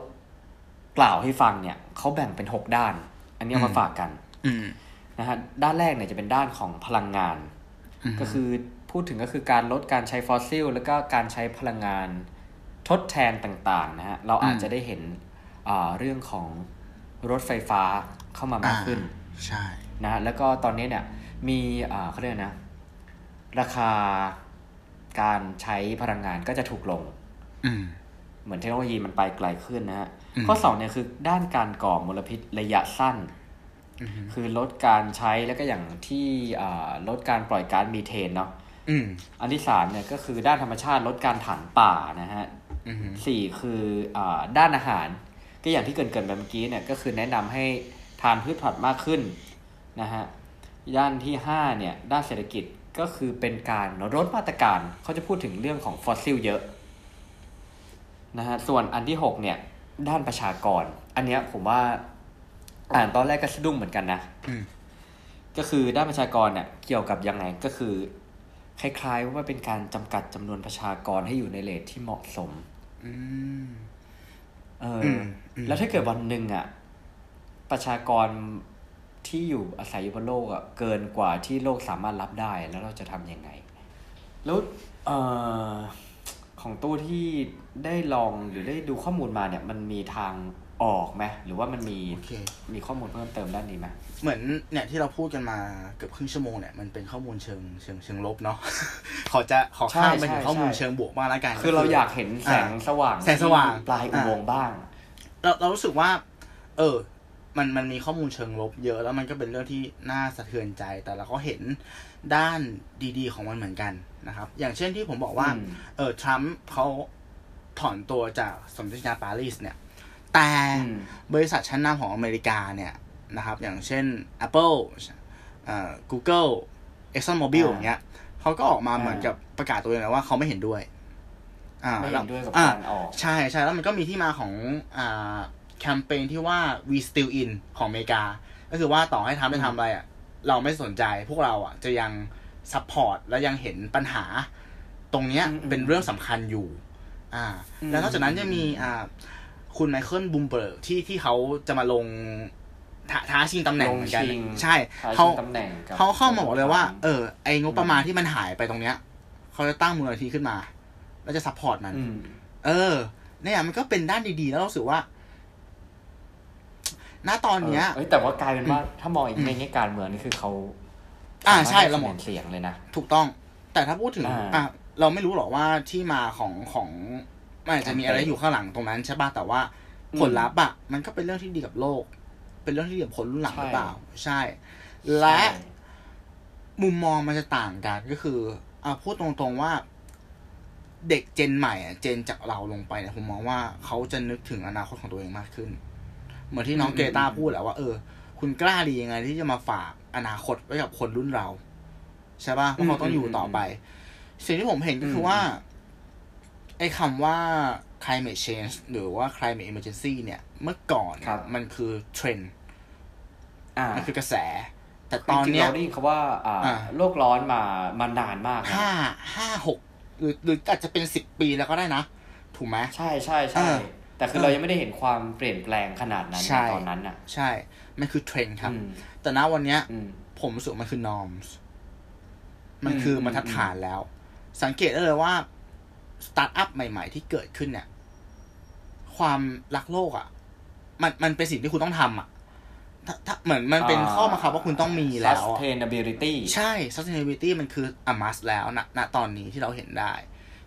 B: กล่าวให้ฟังเนี่ยเขาแบ่งเป็นหกด้าน อันนี้เอามาฝากกัน
A: อืม
B: นะฮะ ด้านแรกเนี่ยจะเป็นด้านของพลังงาน
A: อืม
B: ก็คือพูดถึงก็คือการลดการใช้ฟอสซิล แล้วก็การใช้พลังงานทดแทนต่างๆนะฮะ เราอาจจะได้เห็นอ่าเรื่องของรถไฟฟ้าเข้ามามากขึ้น
A: ใช่
B: นะฮะแล้วก็ตอนนี้เนี่ยมีอ่าเขาเรียกนะ ราคาการใช้พลังงานก็จะถูกลง
A: อืม
B: เหมือนเทคโนโลยีมันไปไกลขึ้นนะฮะ
A: อืม
B: ข้อสองเนี่ยคือด้านการก่อมลพิษระยะสั้น คือลดการใช้แล้วก็อย่างที่อ่าลดการปล่อยก๊าซมีเทนเนาะ
A: อืม
B: อันที่สามเนี่ยก็คือด้านธรรมชาติลดการถางป่านะฮะ
A: อืม
B: สี่คืออาด้านอาหาร ก็อย่างที่เกรินเกินๆไปเมื่อกี้เนี่ยก็คือแนะนำให้ทานพืชผักมากขึ้นนะฮะด้านที่ห้าเนี่ยด้านเศรษฐกิจก็คือเป็นการลดมาตรการเขาจะพูดถึงเรื่องของฟอสซิลเยอะนะฮะส่วนอันที่หกเนี่ยด้านประชากร อันเนี้ยผมว่าอ่านตอนแรกก็สะดุ้งเหมือนกันนะ
A: อืม
B: ก็คือด้านประชากรเนี่ยเกี่ยวกับยังไงก็คือ คล้ายๆว่าเป็นการจำกัดจำนวนประชากรให้อยู่ในเลทที่เหมาะสม
A: อืม
B: เอออ
A: มอืม
B: แล้วถ้าเกิดวันหนึ่งอ่ะ ประชากรที่อยู่อาศัยอยู่บนโลกอ่ะเกินกว่าที่โลกสามารถรับได้แล้วเราจะทำยังไง แล้วเอ่อของตู้ที่ได้ลองหรือได้ดูข้อมูลมาเนี่ย มันมีทางออกไหมหรือว่ามันมี
A: โอเค
B: มีข้อมูลเพิ่มเติมด้านนี้ไหม
A: เหมือนเนี่ยที่เราพูดกันมาเกือบครึ่งชั่วโมงเนี่ยมันเป็นข้อมูลเชิงเชิงเชิงลบเนาะ ขอจะขอข้ามไป
B: ใช่
A: ถึง
B: ใช่
A: ข้อมูล
B: ใช่
A: เชิงบวกบ้างละกัน
B: คือเราอยากเห็นแสง
A: อ่า
B: สว่าง
A: แสงสว่าง
B: ที่ปลายอุโมงค์
A: อ่า
B: บ้าง
A: เราเรารู้สึกว่า เออ มันมันมีข้อมูลเชิงลบเยอะแล้วมันก็เป็นเรื่องที่น่าสะเทือนใจ แต่เราก็เห็นด้านดีๆ ของมันเหมือนกันนะครับ อย่างเช่นที่ผมบอกว่า
B: อืม
A: เออทรัมป์เขาถอนตัวจากสมมติญาปารีสเนี่ย แต่
B: อืม
A: บริษัทชั้นนำของอเมริกาเนี่ยนะครับ อย่างเช่น Apple เอ่อ Google Exxon Mobil
B: อ่า
A: อย่างเงี้ยเขาก็ออกมา
B: อ่า
A: เหมือนกับประกาศตัวเองแล้วว่าเขาไม่เห็นด้วย อ่า
B: ไม่เห็นด้วยกับ
A: อ่า
B: การออก
A: ใช่ใช่แล้วมันก็มีที่มาของอ่าแคมเปญที่ว่า we still in ของอเมริกา ก็คือว่าต่อให้ทำได้ทำอะไรอ่ะเราไม่สนใจพวกเราอ่ะจะยัง ซัพพอร์ตและยังเห็นปัญหา ตรงเนี้ย
B: อืม
A: เป็นเรื่องสำคัญอยู่ อ่า
B: อืม
A: แล้วนอกจากนั้นจะมีอ่าคุณไมเคิลบูมเบิร์กที่ที่เขาจะมาลงท้าท้าชิงตำแหน่งเหมือนกัน
B: ลงชิง
A: ใช่
B: ท้าย
A: เขา
B: ชิงตำแหน่งบ
A: เขาเข้ามาบอกเลยว่า เออ ไองบประมาณที่มันหายไปตรงเนี้ย เขาจะตั้งมูลนิธิขึ้นมา แล้วจะซัพพอร์ตมัน
B: อืม
A: เออ เนี่ยมันก็เป็นด้านดีๆ แล้วเรารู้สึกว่า ณ ตอนเนี้ย
B: เอ้ยแต่ว่ากลายเป็นว่าถ้ามองอีกในแง่การเมืองนี่คือเขา
A: อ่าใช่
B: ส
A: เรา
B: ม
A: ม
B: ร
A: อ
B: ถ
A: ง
B: ได้คะแนนเสียงเลยนะ
A: ถูกต้อง แต่ถ้าพูดถึง
B: อ่า
A: อ่ะ เราไม่รู้หรอกว่าที่มาของของมันอาจจะมีอะไร
B: แคมเปญ
A: อยู่ข้างหลังตรงนั้นใช่ป่ะ แต่ว่า
B: อืม
A: ผลลัพธ์อ่ะ มันก็เป็นเรื่องที่ดีกับโลก เป็นเรื่องที่ดีกับคนรุ่นหลังห
B: ใช่
A: รือเปล่า ใช่ และ มุมมองมันจะต่างกันก็คือ อ่ะพูดตรงๆว่า เด็กเจนใหม่อ่ะเจนจากเราลงไปเนี่ยผมมองว่าเขาจะนึกถึงอนาคตของตัวเองมากขึ้น เหมือนที่น้อง
B: อืม
A: เกตาพูดแหละว่าเออ คุณกล้าดียังไงที่จะมาฝากอนาคตไว้กับคนรุ่นเรา ใช่ป่ะเพราะเขาต้องอยู่ต่อไป สิ่งที่ผมเห็นก็คือว่า ไอ้คำว่า climate change หรือว่า climate emergency เนี่ย เมื่อก่อน
B: ครับ
A: มันคือเทรนด์
B: อ่า
A: มันคือกระแส แต่ต
B: ต
A: อ
B: อน น
A: เนี้
B: เนี้
A: ย
B: เราได้ยินคำว่าอ่า
A: อ่า
B: โลกร้อนมามานานมากนะ
A: ห้าห้าหกหรือหรืออาจจะเป็นสิบปีแล้วก็ได้นะ ถูกไหม
B: ใช่ใช่ใช่
A: อ่า
B: แต่คือเรายังไม่ได้เห็นความเปลี่ยนแปลงขนาดนั้น
A: ใช่
B: ตอนนั้นอ่ะ
A: ใช่ มันคือเทรนด์ครับ
B: อืม
A: แต่ณวันเนี้ย
B: อืม
A: ผมรู้สึกมันคือ norms มันคืออ
B: ม
A: บรรทัดฐานแล้ว สังเกตได้เลยว่า สตาร์ทอัพใหม่ ๆ ที่เกิดขึ้นเนี่ย ความรักโลกอะ่ะ มันมันเป็นสิ่งที่คุณต้องทำอ่ะถ้าถ้าเหมือนมันเป็นข้อบังคับว่าคุณต้องมีแล้วอะ
B: sustainability
A: ใช่ sustainability มันคือ a must แล้วนะณตอนนี้ที่เราเห็นได้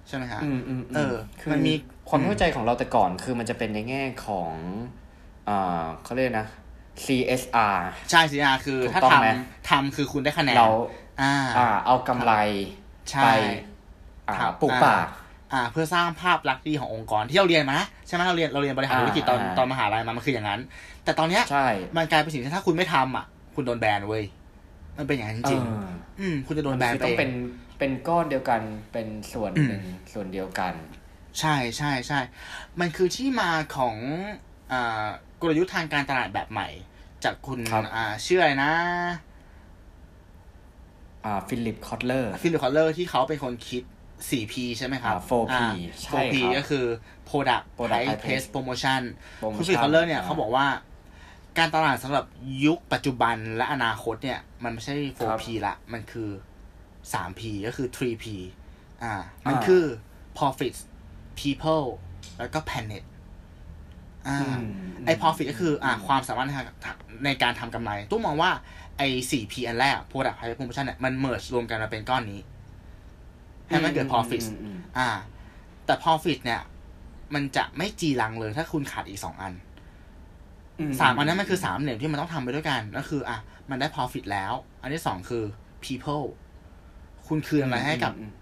A: ใช่ไหมฮะ
B: อืมอืมม
A: เออ
B: คือ
A: มันมี
B: ความเข้าใจของเราแต่ก่อนคือมันจะเป็นในแง่ของอ่าเขาเรียกนะ CSR
A: ใช่สิอาคือ
B: ถูก
A: ถ้า
B: ต้อง
A: ท
B: ไหม
A: ำทำคือคุณได้คะแนน
B: เรา
A: อ่า
B: อ่าเอากำไร
A: ใช่
B: ไปอ่า
A: ครับ
B: ปลูก
A: อ่า
B: ป่า
A: อ่าเพื่อสร้างภาพลักษณ์ที่ดีขององค์กรที่เราเรียนมานะใช่ไหมเราเรียนเราเรียนบริหาร
B: อ่า
A: ธุรกิจตอน
B: อ่า
A: ตอนมหาลัยมามันคืออย่างนั้น แต่ตอนเนี้ย
B: ใช่
A: มันกลายเป็นสิ่งที่ถ้าคุณไม่ทำอ่ะ คุณโดนแบนเว้ยมันเป็นอย่างนั้นจริง
B: เออ
A: ๆืมคุณจะโดนแบ
B: มัน
A: น
B: คือ
A: ไป
B: ต้อง
A: เอ
B: เป็
A: ง
B: นเป็นก้อนเดียวกันเป็นส่วนหนึ่งส่วนเดียวกัน
A: ใช่ใช่ใช่ มันคือที่มาของอ่ากลยุทธ์ทางการตลาดแบบใหม่ จากคุณ
B: ครับ
A: อ่าชื่ออะไรนะ
B: อ่าฟิลิปคอตเลอร์
A: ฟิลคอลเลอร์ที่เขาเป็นคนคิด 4P ใช่ไหมครับ
B: อ่า 4P
A: อ่า
B: ใช่
A: 4P
B: ครับ
A: ก็คือ Product
B: Product
A: Price
B: Price
A: Place Promotion
B: โปรโม
A: คุณฟิ
B: ชั่
A: ลคอลเลอร์เนี่ยเขาบอกว่าการตลาดสำหรับยุคปัจจุบันและอนาคตเนี่ย มันไม่ใช่ 4P ละ มันคือ 3P ก็คือ 3P อ่า มันคือ profits people แล้วก็ planet อ่า
B: อืม
A: ไอ้ profit ก็คืออ่าความสามารถในทางในการทำกำไร ตู้มองว่าไอ้ 4P อันแรก product price promotion เนี่ย มัน merge รวมกันมาเป็นก้อนนี้ ให้มันเกิด profits
B: อืม
A: อ่า แต่ profit เนี่ย มันจะไม่จีรังเลยถ้าคุณขาดอีกสองอัน
B: อื
A: สามอันนั้นมันคือสามเหลี่ยมที่มันต้องทำไปด้วยกันก็คือ อ่ะ มันได้ profit แล้ว อันที่สองคือ people คุณคืนอะไรให้กับ
B: อืม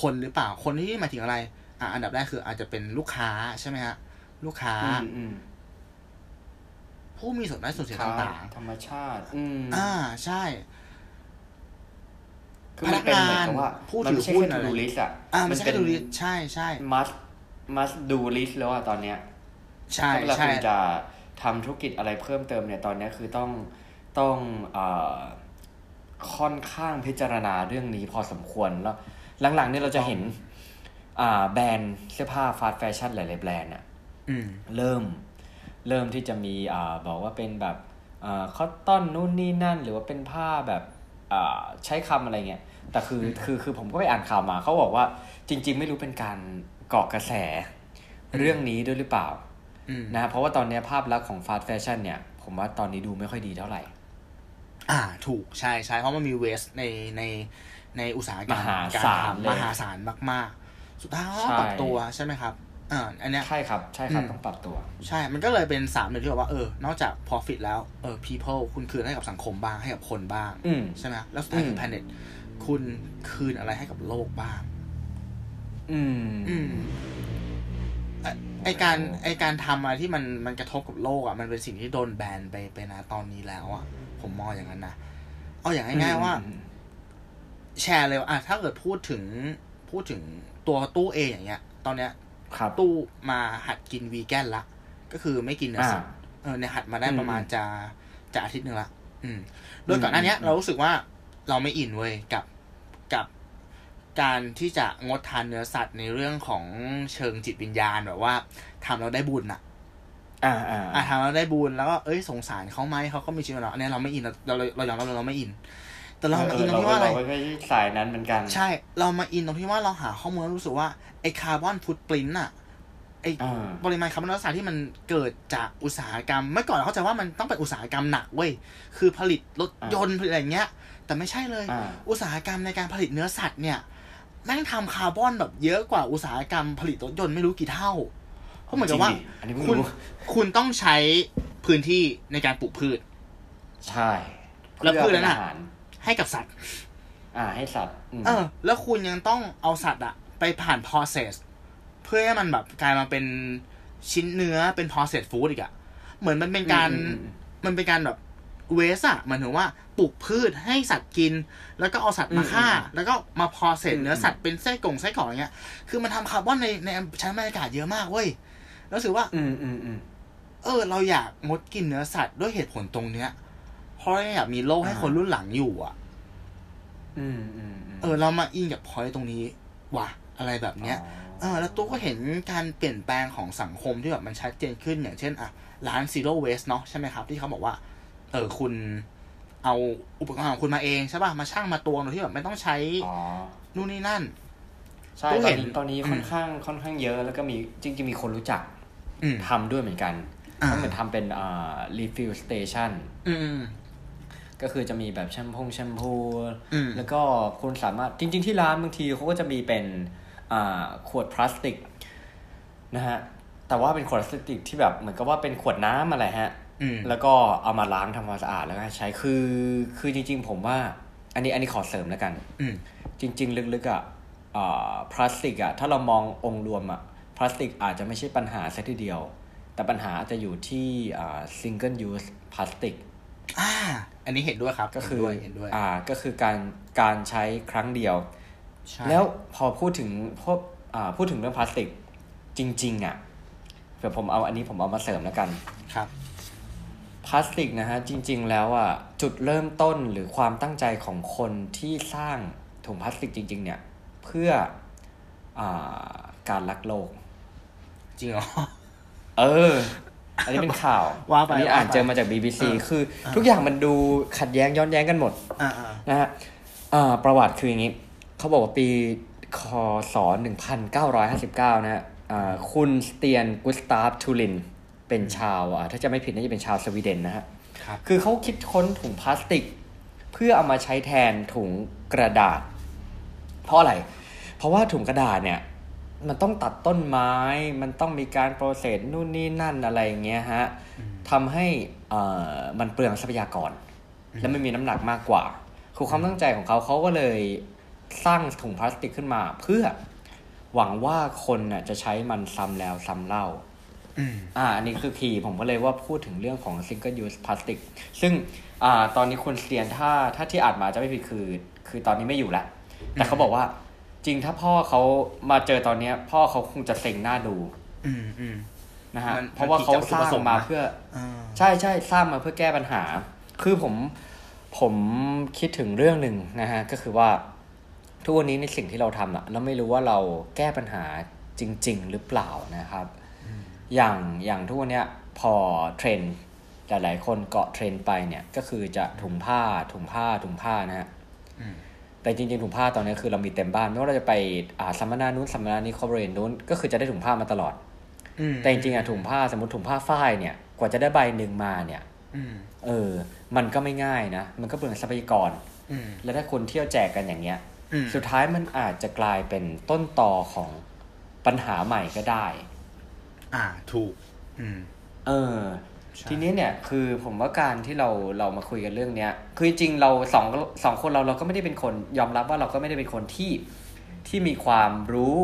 A: คนหรือเปล่า คนที่หมายถึงอะไร อ่ะ อันดับแรกคืออาจจะเป็นลูกค้าใช่ไหมฮะ ลูกค้า
B: อืมอืม
A: ผู้มีส่วนได้ส่วนเสียต่าง
B: ธรรมชาติอืม
A: ๆ อ่า ใช่
B: คือมันเป็นเหมือนกับว่า
A: พนักงานผู้ถือหุ้
B: มัน นไม่
A: อะไร
B: ใช่แค่ to do list อ่ะ
A: อ่าไม่ใช่
B: เป็
A: แค่
B: น
A: ดูลิสต์ใช่ใช่
B: must must do list แล้วอ่ะตอนเนี้ย
A: ใช่
B: ถ้าเวลา
A: ใช่
B: คุณจะทำธุรกิจอะไรเพิ่มเติมเนี่ยตอนเนี้ยคือต้องต้องเอ่อค่อนข้างพิจารณาเรื่องนี้พอสมควรแล้วหลังๆเนี่ยเราจะเห็น อ่าแบรนด์เสื้อผ้าฟาสต์แฟชั่นหลายๆแบรนด์อ่ะ
A: อืม
B: เริ่มเริ่มที่จะมีอ่าบอกว่าเป็นแบบอ่าคอตตอนนู่นนี่นั่น หรือว่าเป็นผ้าแบบอ่าใช้คำอะไรเงี้ยแต่คือคือคือผมก็ไปอ่านข่าวมาเขาบอกว่าจริง ๆ ไม่รู้เป็นการก่อกระแสเรื่องนี้ด้วยหรือเปล่า
A: อืม
B: นะเพราะว่าตอนเนี้ยภาพลักษณ์ของฟาสต์แฟชั่นเนี่ยผมว่าตอนนี้ดูไม่ค่อยดีเท่าไหร่
A: อ่า ถูกใช่ใช่เพราะมันมีเวสในในในอุตสาหกรรม
B: มหาก ศา
A: ทำ
B: ลเลย
A: มหาศาลมากๆ สุดท้ายเขาก็
B: ใช่
A: ปรับตัวใช่ไหมครับอ่าอันเนี้ย
B: ใช่ครับใช่ครับ
A: อืม
B: ต้องปรับตัว
A: ใช่ มันก็เลยเป็นสามเหลี่ยมที่แบบว่า เออ นอกจาก profit แล้ว เออ people คุณคืนให้กับสังคมบ้าง ให้กับคนบ้าง
B: อืม
A: ใช่ไหม แล้วสุดท้ายคือ
B: ม
A: planet คุณคืนอะไรให้กับโลกบ้าง
B: อืม
A: อืมไอไอการ
B: โอ้โห
A: ไอการทำอะไรที่มันมันกระทบกับโลกอ่ะ มันเป็นสิ่งที่โดนแบนไปไปนะตอนนี้แล้วอ่ะ ผมมองอย่างนั้นนะ เอาอย่างง่ายๆว่า
B: อืม
A: แชร์เลยว่าอ่ะถ้าเกิดพูดถึงพูดถึงตัวตู้เองอย่างเงี้ย ตอนเนี้ย
B: ครับ
A: ตู้มาหัดกินวีแกนละ ก็คือไม่กินเนื้อสัตว์
B: อ่
A: เออเนี่ยหัดมาได้
B: อืม
A: ประมาณจะจะอาทิตย์หนึ่งละอืม โดย
B: อืม
A: ก่อนหน้าเนี้ย
B: อืม
A: เรารู้สึกว่าเราไม่อินเว้ยกับกับการที่จะงดทานเนื้อสัตว์ในเรื่องของเชิงจิตวิญญาณแบบว่าทำเราได้บุญอะ
B: อ่าอ่า
A: อ่ะทำเราได้บุญแล้วก็เอ้ยสงสารเขาไหมเขาก็มีชีวิตเราอันเนี้ยเราไม่อินเราเราเรายอมรับเลยเราไม่อิน แต่เรามาอินตรงที่ว่าอะไร
B: เไม่ใช่สายนั้นเหมือนกัน
A: ใช่ เรามาอินตรงที่ว่าเราหาข้อมูลแล้วรู้สึกว่า ไอคาร์บอนฟุตปรินต์อะไอ
B: อ่า
A: ปริมาณคาร์บอนไดออกไซด์ที่มันเกิดจากอุตสาหกรรม เมื่อก่อนเราเข้าใจว่ามันต้องเป็นอุตสาหกรรมหนักเว้ย คือผลิตรถยนต์ผลิตอะไรอย่างเงี้ย แต่ไม่ใช่เลย
B: อ่า
A: อุตสาหกรรมในการผลิตเนื้อสัตว์เนี่ยแม่งทำคาร์บอนแบบเยอะกว่าอุตสาหกรรมผลิตรถยนต์ไม่รู้กี่เท่า เพราะเหมือนกับว่า
B: จริงดิอันนี้เพิ่ง
A: คุณ
B: รู้
A: คุณต้องใช้พื้นที่ในการปลูกพืช
B: ใช่
A: แล้วพืชนั้น
B: เพื่อเป็
A: น่ะ
B: อาหาร
A: ให้กับสัตว์
B: อ่า ให้สัตว์อืม
A: เออ แล้วคุณยังต้องเอาสัตว์อะไปผ่าน process เพื่อให้มันแบบกลายมาเป็นชิ้นเนื้อเป็น process food อีกอะเหมือนมันเป็นการ
B: อืมอืมอืม
A: มันเป็นการแบบเวสอะหมายถึงว่าปลูกพืชให้สัตว์กิน แล้วก็เอาสัตว์มาฆ่า
B: อืมอืม
A: แล้วก็มาพอเสร็จ
B: อืม
A: เนื้อสัตว์เป็นไส้กรงไส้กรอกอย่างเงี้ย คือมันทำคาร์บอนในในชั้นบรรยากาศเยอะมากเว้ยแล้วรู้สึกว่า
B: ืมอืมอืม
A: เออ เราอยากงดกินเนื้อสัตว์ด้วยเหตุผลตรงเนี้ย เพราะเราอยากมีโลกให้
B: อ่า
A: คนรุ่นหลังอยู่อ่ะ
B: อืมอืมอืม
A: เออ เรามาอินกับพอยตรงนี้ว่ะอะไรแบบเนี้ย เออ แล้วตู้ก็เห็นการเปลี่ยนแปลงของสังคมที่แบบมันชัดเจนขึ้นอย่างเช่นอ่ะร้าน zero waste เนาะใช่ไหมครับ ที่เขาบอกว่า เออคุณเอาอุปกรณ์ของคุณมาเองใช่ป่ะ มาช่างมาตวงโดยที่แบบไม่ต้องใช้
B: อ๋อ
A: นู่นนี่นั่น
B: ใช่
A: ตู้
B: ตอน
A: เห็น
B: นี้ตอนนี้ค่อนข้างค่อนข้างเยอะแล้วก็มีจริงๆมีคนรู้จัก
A: อืม
B: ทำด้วยเหมือนกัน
A: อ่า
B: ก็เหมือนทำเป็นอ่า refill station
A: อืม
B: ก็คือจะมีแบบแชมพงแชมพู
A: อืม
B: แล้วก็คุณสามารถจริง ๆ ที่ร้านบางทีเขาก็จะมีเป็นอ่าขวดพลาสติกนะฮะ แต่ว่าเป็นขวดพลาสติกที่แบบเหมือนกับว่าเป็นขวดน้ำอะไรฮะ
A: อืม
B: แล้วก็เอามาล้างทำความสะอาดแล้วก็ใช้คือคือจริง ๆ ผมว่า อันนี้อันนี้ขอเสริมแล้วกัน
A: อืม
B: จริง ๆ ลึกๆอ่ะอ่าพลาสติกอ่ะถ้าเรามององค์รวมอ่ะพลาสติกอาจจะไม่ใช่ปัญหาซะทีเดียว แต่ปัญหาอาจจะอยู่ที่อ่า single use พลาสติก
A: อ่า อันนี้เห็นด้วยครับ
B: ก็คือ
A: เห็นด้วยเห็นด้วย
B: อ่าก็คือการการใช้ครั้งเดียว
A: ใช่
B: แล้วพอพูดถึงพวกอ่าพูดถึงเรื่องพลาสติกจริง ๆ อ่ะเดี๋ยวผมเอาอันนี้ผมเอามาเสริมแล้วกัน
A: ครับ
B: พลาสติกนะฮะจริง ๆ แล้วอ่ะจุดเริ่มต้นหรือความตั้งใจของคนที่สร้างถุงพลาสติกจริง ๆ เนี่ยเพื่ออาการรักโลก
A: จริงเหรอ
B: เออ อันนี้เป็นข่าว
A: ว่าไป
B: อันนี้อ่าน
A: ว่าไป
B: เจอมาจาก BBC
A: เออ
B: คือทุกอย่างมันดูขัดแย้งย้อนแย้งกันหมด
A: อ่าอ่า
B: นะฮะอ่าประวัติคืออย่างนี้ เขาบอกว่าปีคศ 1959 นะฮะอ่าคุณสเตียนกุสตาฟทูลิน เป็นชาวอ่าถ้าจะไม่ผิดน่าจะเป็นชาวสวีเดนนะฮะ
A: ครับ
B: คือเขาคิดค้นถุงพลาสติก เพื่อเอามาใช้แทนถุงกระดาษ เพราะอะไร เพราะว่าถุงกระดาษเนี่ย มันต้องตัดต้นไม้ มันต้องมีการโปรเซสนู่นนี่นั่นอะไรอย่างเงี้ยฮะทำให้เอ่อมันเปลืองทรัพยากร และมันมีน้ำหนักมากกว่า คือความตั้งใจของเขาเขาก็เลยสร้างถุงพลาสติกขึ้นมา เพื่อหวังว่าคนน่ะจะใช้มันซ้ำแล้วซ้ำเล่า
A: อืม
B: อ่าอันนี้คือคีย์ผมก็เลยว่าพูดถึงเรื่องของ single use plastic ซึ่งอ่าตอนนี้คุณเซียนถ้าถ้าที่อ่านมาจะไม่ผิดคือ คือตอนนี้ไม่อยู่ละแต่เขาบอกว่าจริงถ้าพ่อเขามาเจอตอนเนี้ย พ่อเขาคงจะเซ็งหน้าดู
A: อืมอืม
B: นะฮะ
A: มัน
B: เพราะว่าเขาสร้างมาเพื่อ
A: อ่า
B: ใช่ใช่สร้างมาเพื่อแก้ปัญหา คือผมผมคิดถึงเรื่องหนึ่งนะฮะ ก็คือว่า ทุกวันนี้ในสิ่งที่เราทำอะเราไม่รู้ว่าเราแก้ปัญหาจริง ๆ หรือเปล่านะครับ อย่างอย่างทุกวันเนี้ยพอเทรนด์หลายๆ คนเกาะเทรนด์ไปเนี่ย ก็คือจะถุงผ้าถุงผ้าถุงผ้านะฮะ
A: อืม
B: แต่จริง ๆ ถุงผ้าตอนนี้คือเรามีเต็มบ้าน ไม่ว่าเราจะไปอ่าสัมมนานู้นสัมมนานี้คอร์เปอเรทนู้นก็คือจะได้ถุงผ้ามาตลอด
A: อืม
B: แต่จริงๆอะถุงผ้าสมมติถุงผ้าฝ้ายเนี่ยกว่าจะได้ใบหนึ่งมาเนี่ย
A: อืม
B: เออ มันก็ไม่ง่ายนะ มันก็เปลืองทรัพยากร
A: อืม
B: และถ้าคนเที่ยวแจกกันอย่างเงี้ย
A: อืม
B: สุดท้ายมันอาจจะกลายเป็นต้นต่อของปัญหาใหม่ก็ได้
A: อ่า ถูก อืม
B: เออ
A: ใช่
B: ทีนี้เนี่ยคือผมว่าการที่เราเรามาคุยกันเรื่องเนี้ย คือจริงๆเราสองสองคนเราเราก็ไม่ได้เป็นคนยอมรับว่าเราก็ไม่ได้เป็นคนที่ที่มีความรู้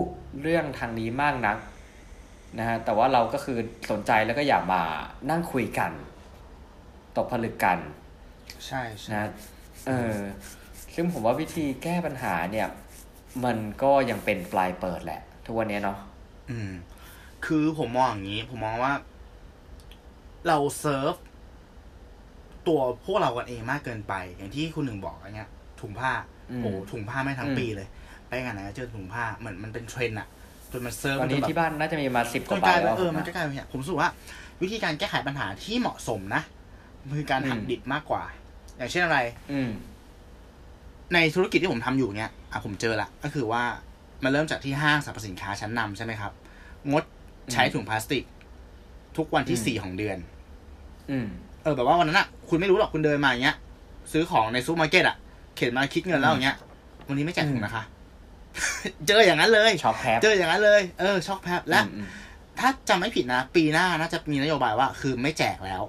B: เรื่องทางนี้มากนักนะฮะ แต่ว่าเราก็คือสนใจแล้วก็อยากมานั่งคุยกันตกผลึกกัน
A: ใช่ใช่
B: นะเออซึ่งผมว่าวิธีแก้ปัญหาเนี่ย มันก็ยังเป็นปลายเปิดแหละ ทุกวันเนี้ยเนาะ
A: อืม คือผมมองอย่างนี้ ผมมองว่า เราเซิร์ฟตัวพวกเรากันเองมากเกินไป อย่างที่คุณหนึ่งบอกอะไรเงี้ย ถุงผ้า
B: อืม
A: โอ้ถุงผ้าไม่ทั้ง
B: อืม
A: ปีเลย ไปงานไหนก็เจอถุงผ้า เหมือนมันเป็นเทรนด์อะจนมันเซิร์ฟ
B: ตอน
A: จ
B: นี้
A: แบบ
B: ที่บ้านน่าจะมีมาสิบก
A: ก็
B: ว่า
A: ก
B: ใบ
A: ลายเป็
B: แล้
A: น
B: ว
A: เออ
B: ผม
A: มัน
B: นะ
A: ก็กลายเป็นอย่างผมรู้สึกว่า วิธีการแก้ไขปัญหาที่เหมาะสมนะมันคือการหัก
B: อืม
A: ดิบมากกว่า อย่างเช่นอะไร
B: อืม
A: ในธุรกิจที่ผมทำอยู่เนี่ยอ่ะผมเจอละก็คือว่ามันเริ่มจากที่ห้างสรรพสินค้าชั้นนำใช่ไหมครับ งดใช้ถุงพลาสติก ทุกวันที่
B: อืม
A: สี่ของเดือน
B: อืม
A: เออแบบว่าวันนั้นอ่ะคุณไม่รู้หรอกคุณเดินมาอย่างเงี้ย ซื้อของในซูเปอร์มาร์เก็ตอ่ะ เข็นมาคิดเงินแล้วอย่างเงี้ย วันนี้ไม่จ่ายถุงนะคะ เจออย่างนั้นเลย
B: ช็อกแพ้
A: เจออย่างนั้นเลย เออ ช็อกแพบและ
B: อืม
A: ถ้าจำไม่ผิดนะ ปีหน้าน่าจะมีนโยบายว่า คือไม่แจกแล้ว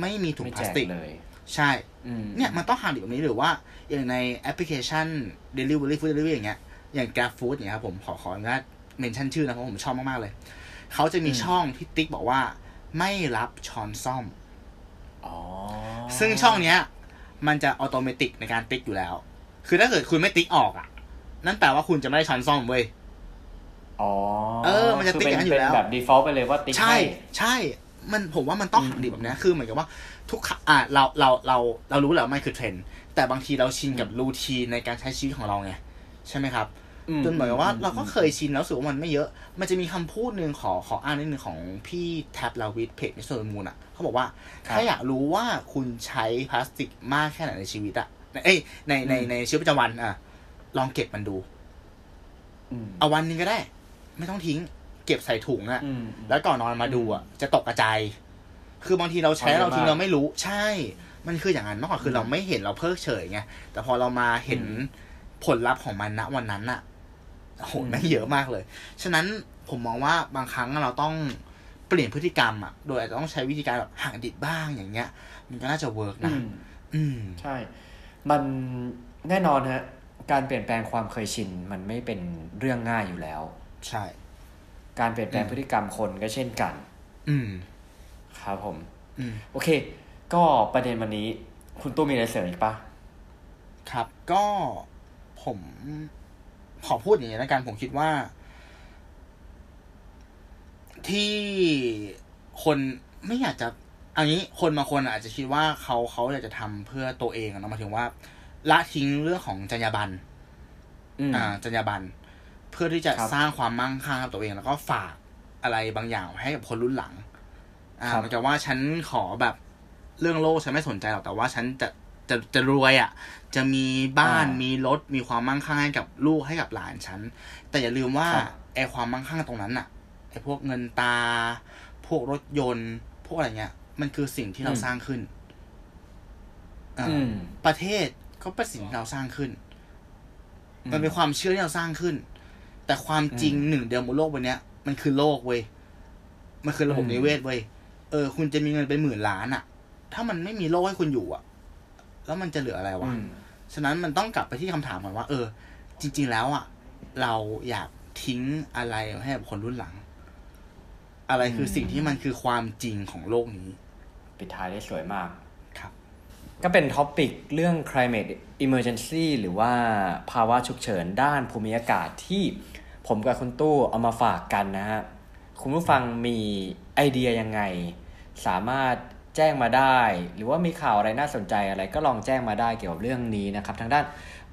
A: ไม่มีถุง
B: ไม่
A: พ
B: แจ
A: ลาส
B: ก
A: ติก
B: เลย
A: ใช่
B: อืม
A: เนี่ยมันต้องห่างเดี๋ยวนี้หรือว่าอย่างในแอปพลิเคชัน Delivery Food Delivery อย่างเงี้ยอย่าง Grab Food อย่างเงี้ยครับผมขอขออนุญาตเมนชั่นชื่อนะเพราะผมชอบมาก ๆ เลย เขาจะมีช่องที่ติ๊กบอกว่าไม่รับช้อนซ่อม
B: อ๋อ
A: ซึ่งช่องเนี้ย มันจะอัตโนมัติในการติ๊กอยู่แล้ว คือถ้าเกิดคุณไม่ติ๊กออกอ่ะ นั่นแปลว่าคุณจะไม่ได้ช้อนซ่อมเว้ย
B: อ๋อ
A: เออมันจะติ๊กอย่างนั้นอยู่แล้ว
B: คืเป็นแบบ default ไปเลยว่าติ๊ก
A: ใช่
B: ห้
A: ใช่ มันผมว่ามันต้องหักดิบแบบเนี้ยคือเหมือนกับว่าทุกครั้งอ่ะเราเราเราเรารู้แหล้วามันคือเทรนด์แต่บางทีเราชินกับรูทีนในการใช้ชีวิตของเราไงใช่ไหมครับ
B: อืม
A: จนเหมือนกับว่า
B: อืม
A: เราก็เคยชินแล้วรู้สึกว่ามันไม่เยอะ มันจะมีคำพูดหนึ่งขอขออ่านนิดหนึ่งของพี่แท็บลาวิทเพจมิสเตอร์มูนอ่ะเขาบอกว่าถ้าอยากรู้ว่าคุณใช้พลาสติกมากแค่ไหนในชีวิตอ่ะในเอ้ยในในในชีวิตประจำวันอ่ะลองเก็บมันดู
B: อืม
A: เอาวันหนึงก็ได้ ไม่ต้องทิ้ง เก็บใส่ถุงอ่ะ
B: อืม
A: แล้วก่อนนอนมาดูอ่ะจะตกกระจายคือบางทีเราใช้
B: อ๋อเยอะ
A: เราทิ้ง
B: มาก
A: เราไม่รู้ ใช่ มันคืออย่างนั้นเมื่อก่อนคือ
B: ม
A: เราไม่เห็นเราเพิกเฉยไง แต่พอเรามาเห็น
B: อืม
A: ผลลัพธ์ของมันณวันนั้นอ่ะโอ้โห
B: อืม
A: แม่งเยอะมากเลย ฉะนั้นผมมองว่าบางครั้งเราต้องเปลี่ยนพฤติกรรมอ่ะ โดยอาจจะต้องใช้วิธีการแบบห่างดิดบ้างอย่างเงี้ย มันก็น่าจะเวิร์ก
B: อื
A: นะ
B: ม
A: อืม
B: ใช่ มันแน่นอนฮะ การเปลี่ยนแปลงความเคยชิน มันไม่เป็นเรื่องง่ายอยู่แล้ว
A: ใช่
B: การเปลี่ยนแปลงพฤติกรรมคนก็เช่นกัน
A: อืม
B: ครับผม
A: อืม
B: โอเค ก็ประเด็นวันนี้ คุณตู้มีอะไรเสริมอีกปะ
A: ครับก็ผมขอพูดอย่างนี้แล้วกันผมคิดว่า ที่คนไม่อยากจะเอันนี้คนบางคนอาจจะคิดว่าเขาเขาอยากจะทำเพื่อตัวเองอะเนาะหมายถึงว่า ละทิ้งเรื่องของจรรยาบรรณ
B: อืม
A: อ่าจรรยาบรรณเพื่อที่จะ
B: ครับ
A: สร้างความมั่งคั่งให้กับตัวเอง แล้วก็ฝากอะไรบางอย่างให้กับคนรุ่นหลัง อ่า
B: ครับ
A: เหมันจะว่าฉันขอแบบเรื่องโลกฉันไม่สนใจหรอกแต่ว่าฉันจะจะจะรวยอ่ะ จะมีบ้าน
B: อ่ามี
A: มีรถมีความมั่งคั่งให้กับลูกให้กับหลานฉัน แต่อย่าลืมว่า
B: ครับ
A: ไอความมั่งคั่งตรงนั้นน่ะไอพวกเงินตา พวกรถยนต์ พวกอะไรเงี้ย มันคือสิ่งที่เรา
B: อืม
A: สร้างขึ้นอ่า
B: อืม
A: ประเทศก็เป็นสิ่งที่เราสร้างขึ้น มันเป็นความเชื่อที่เราสร้างขึ้น แต่ความจริงหนึ่งเดียวบนโลกวันเนี้ย มันคือโลกเว้ย มันคือระบบ
B: อืม
A: นิเวศเว้ย เออ คุณจะมีเงินเป็นหมื่นล้านอะถ้ามันไม่มีโลกให้คุณอยู่อะแล้วมันจะเหลืออะไรวะ
B: อืม
A: ฉะนั้นมันต้องกลับไปที่คำถามก่อนว่า เออ จริง ๆ แล้วอะเราอยากทิ้งอะไรให้กับคนรุ่นหลัง อะไรคืออ
B: ม
A: สิ่งที่มันคือความจริงของโลกนี้
B: ปิดท้ายได้สวยมาก
A: ครับ
B: ก็เป็นท็อปิกเรื่อง climate emergency หรือว่าภาวะฉุกเฉินด้านภูมิอากาศที่ผมกับคุณตู้เอามาฝากกันนะฮะ คุณผู้ฟังมีไอเดียยังไง สามารถแจ้งมาได้ หรือว่ามีข่าวอะไรน่าสนใจอะไรก็ลองแจ้งมาได้เกี่ยวกับเรื่องนี้นะครับ ทางด้าน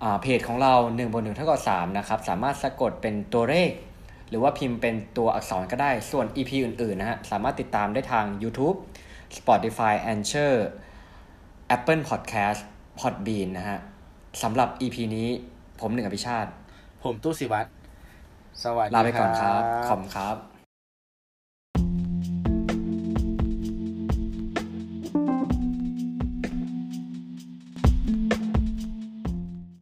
B: อ่าเพจของเรา1บน1เท่ากับ3นะครับ สามารถสะกดเป็นตัวเลข หรือว่าพิมพ์เป็นตัวอักษรก็ได้ ส่วน EP อื่น ๆ นะฮะ สามารถติดตามได้ทาง YouTube Spotify a n c h o r Apple Podcast Podbean นะฮะ สำหรับ EP นี้ผมหนึ่งอภิชาติ
A: ผมตู้สิวัตรสวัสดี
B: ลาไปก่อนครับ
A: บ
B: ขอบคุณครับ